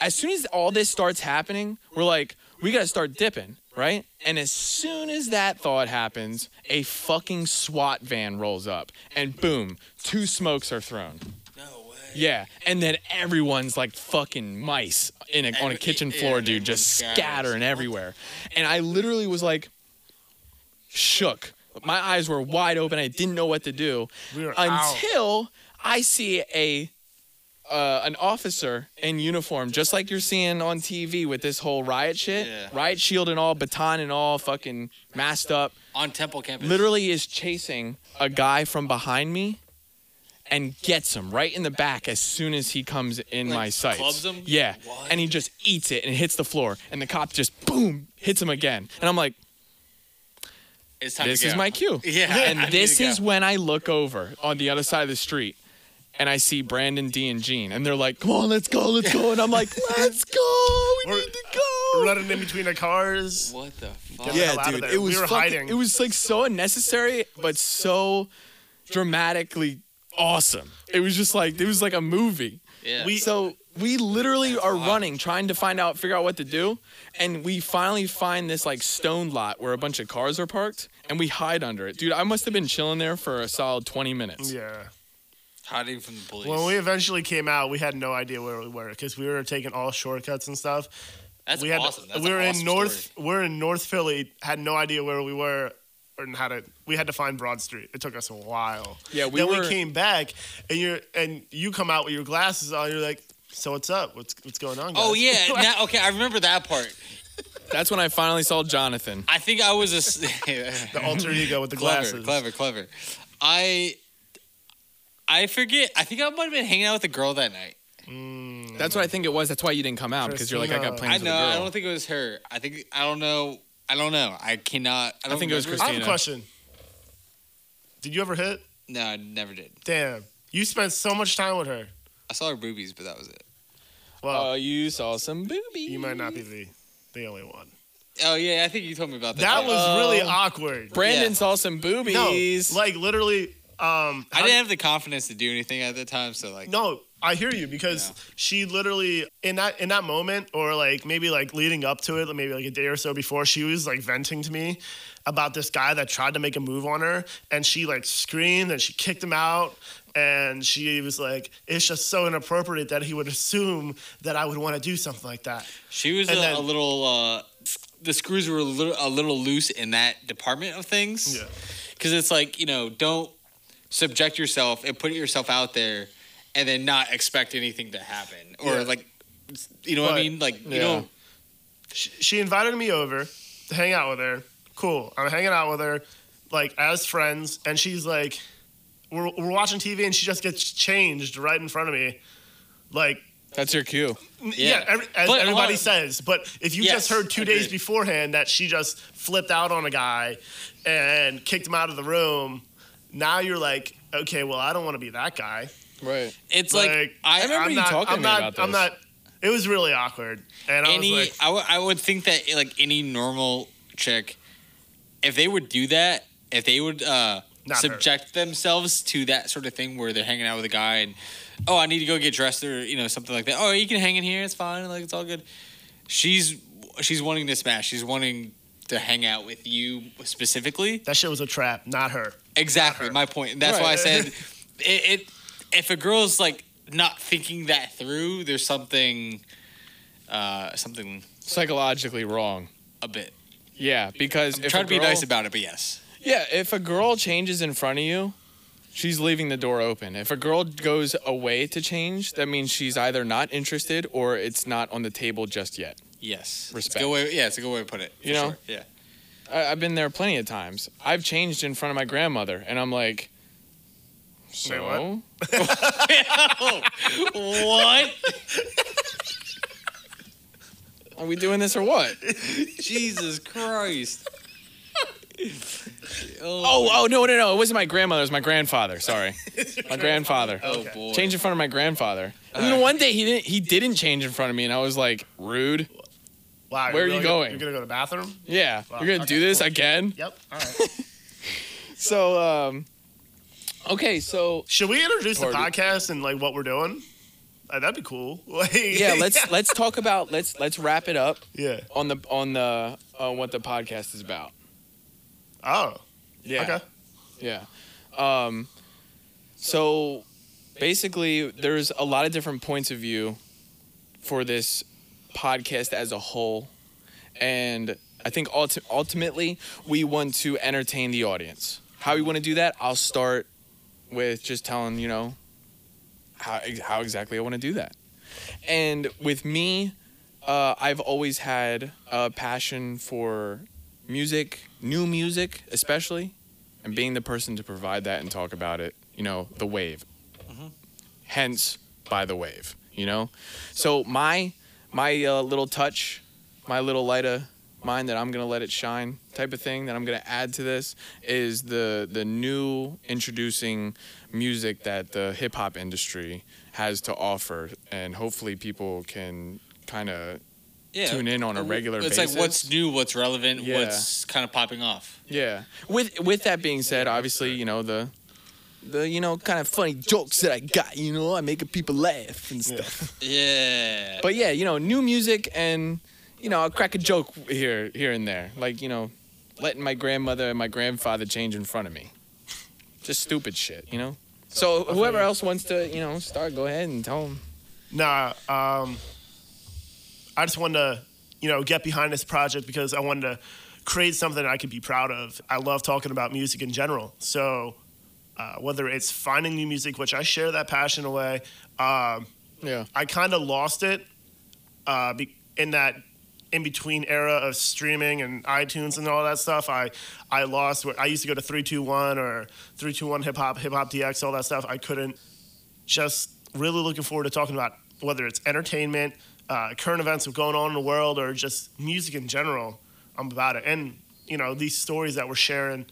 [SPEAKER 1] as soon as all this starts happening, we're like, we gotta start dipping, right? And as soon as that thought happens, a fucking SWAT van rolls up, and boom, two smokes are thrown.
[SPEAKER 3] No way.
[SPEAKER 1] Yeah, and then everyone's like fucking mice in a, on a
[SPEAKER 3] Every-
[SPEAKER 1] kitchen
[SPEAKER 3] yeah,
[SPEAKER 1] floor,
[SPEAKER 3] and
[SPEAKER 1] dude, just
[SPEAKER 3] everyone scatters.
[SPEAKER 1] scattering everywhere. And I literally was like, shook. My eyes were wide open. I didn't know what to do
[SPEAKER 4] we were out.
[SPEAKER 1] until I see a uh, an officer in uniform, just like you're seeing on TV with this whole riot shit,
[SPEAKER 3] Yeah.
[SPEAKER 1] riot shield and all, baton and all, fucking masked up,
[SPEAKER 3] On Temple campus.
[SPEAKER 1] literally is chasing a guy from behind me. And gets him right in the back as soon as he comes in
[SPEAKER 3] Like,
[SPEAKER 1] my sight.
[SPEAKER 3] clubs him?
[SPEAKER 1] Yeah,
[SPEAKER 3] What?
[SPEAKER 1] and he just eats it and hits the floor, and the cop just boom hits him again. And I'm like,
[SPEAKER 3] It's time
[SPEAKER 1] this
[SPEAKER 3] to
[SPEAKER 1] is
[SPEAKER 3] go.
[SPEAKER 1] my cue.
[SPEAKER 3] Yeah, I
[SPEAKER 1] <laughs> And
[SPEAKER 3] need
[SPEAKER 1] this
[SPEAKER 3] to go.
[SPEAKER 1] is when I look over on the other side of the street and I see Brandon, D, and Gene. And they're like, come on, let's go, let's go. And I'm like, let's go. We
[SPEAKER 4] We're-
[SPEAKER 1] need to go.
[SPEAKER 4] running in between the cars.
[SPEAKER 3] What the fuck?
[SPEAKER 4] the hell out of there.
[SPEAKER 1] It was
[SPEAKER 4] we were
[SPEAKER 1] fucking-
[SPEAKER 4] hiding.
[SPEAKER 1] It was like so unnecessary, but so dramatically awesome. It was just like, it was like a movie.
[SPEAKER 3] Yeah.
[SPEAKER 4] We-
[SPEAKER 1] So we literally are
[SPEAKER 3] wild.
[SPEAKER 1] running, trying to find out, figure out what to do, and we finally find this like stone lot where a bunch of cars are parked, and we hide under it. Dude, I must have been chilling there for a solid 20 minutes.
[SPEAKER 4] yeah.
[SPEAKER 3] hiding from the police.
[SPEAKER 4] When we eventually came out, we had no idea where we were because we were taking all shortcuts and stuff.
[SPEAKER 3] That's
[SPEAKER 4] we had
[SPEAKER 3] awesome. That's
[SPEAKER 4] we
[SPEAKER 3] an
[SPEAKER 4] were
[SPEAKER 3] awesome
[SPEAKER 4] in North <laughs>
[SPEAKER 3] story.
[SPEAKER 4] we're in North Philly. Had no idea where we were or how to. We had to find Broad Street. It took us a while.
[SPEAKER 1] Yeah, we
[SPEAKER 4] then
[SPEAKER 1] were-
[SPEAKER 4] we came back and you're and you come out with your glasses on. You're like, so what's up? What's what's going on? Guys?
[SPEAKER 3] Oh yeah. now, okay, I remember that part.
[SPEAKER 1] That's when I finally saw Jonathan.
[SPEAKER 3] I think I was a s- <laughs>
[SPEAKER 4] the alter ego with the
[SPEAKER 3] clever,
[SPEAKER 4] glasses.
[SPEAKER 3] clever, clever. I I forget. I think I might have been hanging out with a girl that night.
[SPEAKER 4] Mm,
[SPEAKER 1] That's what I think it was. That's why you didn't come out because you're like, I got
[SPEAKER 4] Christina.
[SPEAKER 1] plans with a
[SPEAKER 3] I know. I don't
[SPEAKER 1] girl.
[SPEAKER 3] think it was her. I think I don't know. I don't know. I cannot. I, don't
[SPEAKER 1] think it was
[SPEAKER 3] remember.
[SPEAKER 4] I
[SPEAKER 1] Christine.
[SPEAKER 4] have a
[SPEAKER 1] Christina.
[SPEAKER 4] question. Did you ever hit?
[SPEAKER 3] No, I never did.
[SPEAKER 4] Damn, you spent so much time with her.
[SPEAKER 3] I saw her boobies, but that was it.
[SPEAKER 4] Well,
[SPEAKER 3] Uh,
[SPEAKER 1] Oh, you saw some boobies.
[SPEAKER 4] you might not be the the only one.
[SPEAKER 3] Oh yeah, I think you told me about that.
[SPEAKER 4] That
[SPEAKER 3] yeah.
[SPEAKER 4] was really awkward.
[SPEAKER 1] Brandon
[SPEAKER 3] Yeah.
[SPEAKER 1] saw some boobies.
[SPEAKER 4] No, like literally. Um,
[SPEAKER 3] I didn't have the confidence to do anything at the time, so like.
[SPEAKER 4] No, I hear you because
[SPEAKER 3] Yeah.
[SPEAKER 4] she literally in that in that moment, or like maybe like leading up to it, like maybe like a day or so before, she was like venting to me about this guy that tried to make a move on her, and she like screamed and she kicked him out. And she was like, "It's just so inappropriate that he would assume that I would want to do something like that."
[SPEAKER 3] She was a,
[SPEAKER 4] And then-
[SPEAKER 3] a little. Uh, the screws were a little, a little loose in that department of things.
[SPEAKER 4] Yeah.
[SPEAKER 3] Because it's like you know, don't subject yourself and put yourself out there, and then not expect anything to happen or
[SPEAKER 4] Yeah.
[SPEAKER 3] like, you know what I
[SPEAKER 4] But-
[SPEAKER 3] mean? Like you
[SPEAKER 1] Yeah.
[SPEAKER 3] know,
[SPEAKER 4] she, she invited me over to hang out with her. Cool. I'm hanging out with her, like as friends, and she's like, we're, we're watching TV, and she just gets changed right in front of me, like.
[SPEAKER 1] That's your cue.
[SPEAKER 4] n-
[SPEAKER 3] Yeah.
[SPEAKER 4] Yeah, every, as
[SPEAKER 3] But a
[SPEAKER 4] everybody
[SPEAKER 3] lot-
[SPEAKER 4] says. But if you
[SPEAKER 3] Yes,
[SPEAKER 4] just heard two days
[SPEAKER 3] agreed.
[SPEAKER 4] beforehand that she just flipped out on a guy and kicked him out of the room, now you're like, okay, well, I don't want to be that guy.
[SPEAKER 1] Right.
[SPEAKER 3] it's like, I,
[SPEAKER 1] I remember
[SPEAKER 4] I'm
[SPEAKER 1] you
[SPEAKER 4] not,
[SPEAKER 1] talking to
[SPEAKER 4] I'm
[SPEAKER 1] me
[SPEAKER 4] not,
[SPEAKER 1] about
[SPEAKER 4] I'm
[SPEAKER 1] this.
[SPEAKER 4] not. It was really awkward, and I was
[SPEAKER 3] any.
[SPEAKER 4] like,
[SPEAKER 3] I, w- I would think that like any normal chick, if they would do that, if they would uh,
[SPEAKER 4] Not her.
[SPEAKER 3] subject themselves to that sort of thing where they're hanging out with a guy and oh I need to go get dressed or you know something like that. Oh you can hang in here, it's fine, like it's all good. She's she's wanting to smash. She's wanting to hang out with you specifically.
[SPEAKER 4] That shit was a trap, not her.
[SPEAKER 3] Exactly my point. And that's why I
[SPEAKER 1] Right.
[SPEAKER 4] <laughs>
[SPEAKER 3] said it, it. If a girl's like not thinking that through, there's something, uh, something
[SPEAKER 1] Psychologically wrong.
[SPEAKER 3] a bit.
[SPEAKER 1] Yeah, because
[SPEAKER 3] I'm
[SPEAKER 1] if
[SPEAKER 3] trying
[SPEAKER 1] a
[SPEAKER 3] to be
[SPEAKER 1] girl-
[SPEAKER 3] nice about it, but yes.
[SPEAKER 1] Yeah, if a girl changes in front of you, she's leaving the door open. If a girl goes away to change, that means she's either not interested or it's not on the table just yet.
[SPEAKER 3] Yes. It's a
[SPEAKER 1] Respect.
[SPEAKER 3] good way, yeah, it's a good way to put it.
[SPEAKER 1] You
[SPEAKER 3] for
[SPEAKER 1] know?
[SPEAKER 3] sure. Yeah.
[SPEAKER 1] I, I've been there plenty of times. I've changed in front of my grandmother, and I'm like, so.
[SPEAKER 4] what?
[SPEAKER 3] what?
[SPEAKER 1] Are we doing this or
[SPEAKER 3] <laughs>
[SPEAKER 1] what?
[SPEAKER 3] <laughs> Jesus Christ.
[SPEAKER 1] Oh, oh no, no, no! It wasn't my grandmother. It was my grandfather.
[SPEAKER 3] <laughs>
[SPEAKER 1] Sorry, my grandfather.
[SPEAKER 3] Oh
[SPEAKER 4] Okay.
[SPEAKER 3] boy.
[SPEAKER 1] Change in front of my grandfather. And then
[SPEAKER 3] Alright.
[SPEAKER 1] one day he didn't. He didn't change in front of me, and I was like, rude.
[SPEAKER 4] Wow.
[SPEAKER 1] Where are
[SPEAKER 4] you're
[SPEAKER 1] you
[SPEAKER 4] really-
[SPEAKER 1] going?
[SPEAKER 4] You're gonna go to the bathroom?
[SPEAKER 1] Yeah,
[SPEAKER 4] Wow,
[SPEAKER 1] you're gonna do
[SPEAKER 4] okay,
[SPEAKER 1] this
[SPEAKER 4] cool.
[SPEAKER 1] again.
[SPEAKER 4] Yep. All right.
[SPEAKER 1] <laughs> So, um, okay, so
[SPEAKER 4] Should we introduce the
[SPEAKER 1] Party.
[SPEAKER 4] podcast and like what we're doing? Uh, that'd be cool. <laughs> Like,
[SPEAKER 1] yeah, let's let's talk about let's let's wrap it up
[SPEAKER 4] <laughs> yeah.
[SPEAKER 1] on the on the on what the podcast is about.
[SPEAKER 4] Oh.
[SPEAKER 1] Yeah.
[SPEAKER 4] Okay.
[SPEAKER 1] Yeah. Um, so basically, there's a lot of different points of view for this podcast as a whole. And I think ulti- ultimately, we want to entertain the audience. How we want to do that, I'll start with just telling, you know, how, ex- how exactly I want to do that. And with me, uh, I've always had a passion for music, new music especially and being the person to provide that and talk about it, you know, the wave. Hence, by the wave, you know. So my my uh, little touch, my little light of mine that I'm gonna let it shine type of thing that I'm gonna add to this is the the new introducing music that the hip hop industry has to offer, and hopefully people can kind of
[SPEAKER 3] Yeah.
[SPEAKER 1] tune in on a regular
[SPEAKER 3] It's
[SPEAKER 1] basis.
[SPEAKER 3] like what's new, what's relevant,
[SPEAKER 1] Yeah.
[SPEAKER 3] what's kind of popping off.
[SPEAKER 1] Yeah. With with that being said, obviously, you know, the the you know kind of funny jokes that I got, you know, I make people laugh and
[SPEAKER 4] Yeah.
[SPEAKER 1] stuff.
[SPEAKER 3] Yeah.
[SPEAKER 1] But yeah, you know, new music and you know, I'll crack a joke here here and there. Like, you know, letting my grandmother and my grandfather change in front of me. Just stupid shit, you know? So whoever else wants to, you know, start, go ahead and tell them.
[SPEAKER 4] Nah. Um, I just wanted to, you know, get behind this project because I wanted to create something I could be proud of. I love talking about music in general. So uh, whether it's finding new music, which I share that passion away, um,
[SPEAKER 1] Yeah.
[SPEAKER 4] I kind of lost it uh, be- in that in between era of streaming and iTunes and all that stuff. I I lost. Where I used to go to three two one or three two one hip hop, hip hop DX, all that stuff. I couldn't. Just really looking forward to talking about whether it's entertainment, uh, current events of going on in the world, or just music in general. I'm about it, and you know these stories that we're sharing.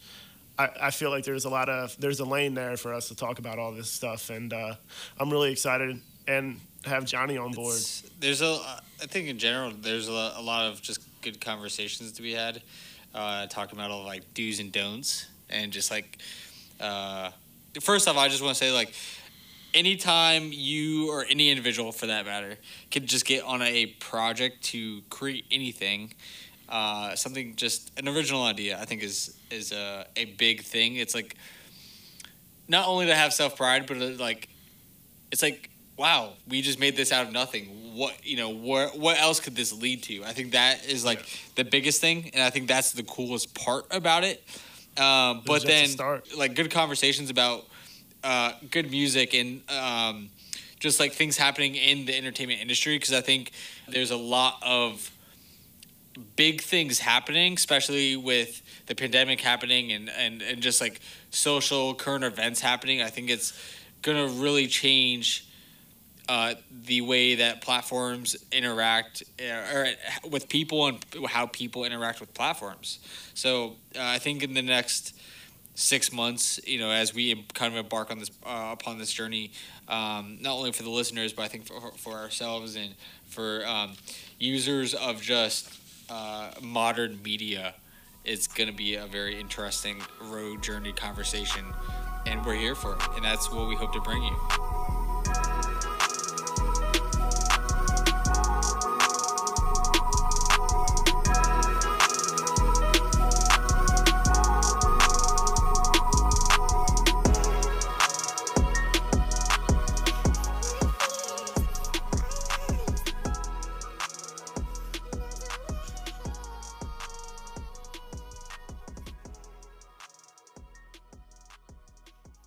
[SPEAKER 4] I, I feel like there's a lot of there's a lane there for us to talk about all this stuff, and uh, I'm really excited and have Johnny on board.
[SPEAKER 3] It's- There's a, I think in general, there's a, lo- a lot of just good conversations to be had, uh, talking about all like do's and don'ts, and just like, uh, first off, I just want to say like, anytime you or any individual for that matter can just get on a project to create anything. Uh, something just an original idea I think is is a, a big thing. It's like not only to have self pride, but uh, like it's like wow, we just made this out of nothing. What you know, what what else could this lead to? I think that is like the biggest thing, and I think that's the coolest part about it. Um, but
[SPEAKER 4] just a
[SPEAKER 3] then,
[SPEAKER 4] start.
[SPEAKER 3] like good conversations about uh, good music and um, just like things happening in the entertainment industry, because I think there's a lot of big things happening, especially with the pandemic happening and, and, and just like social current events happening. I think it's gonna really change uh, the way that platforms interact uh, or with people and how people interact with platforms. So uh, I think in the next six months, you know, as we em- kind of embark on this uh, upon this journey, um, not only for the listeners, but I think for, for ourselves and for um, users of just uh, modern media, it's going to be a very interesting road journey conversation, and we're here for it, and that's what we hope to bring you.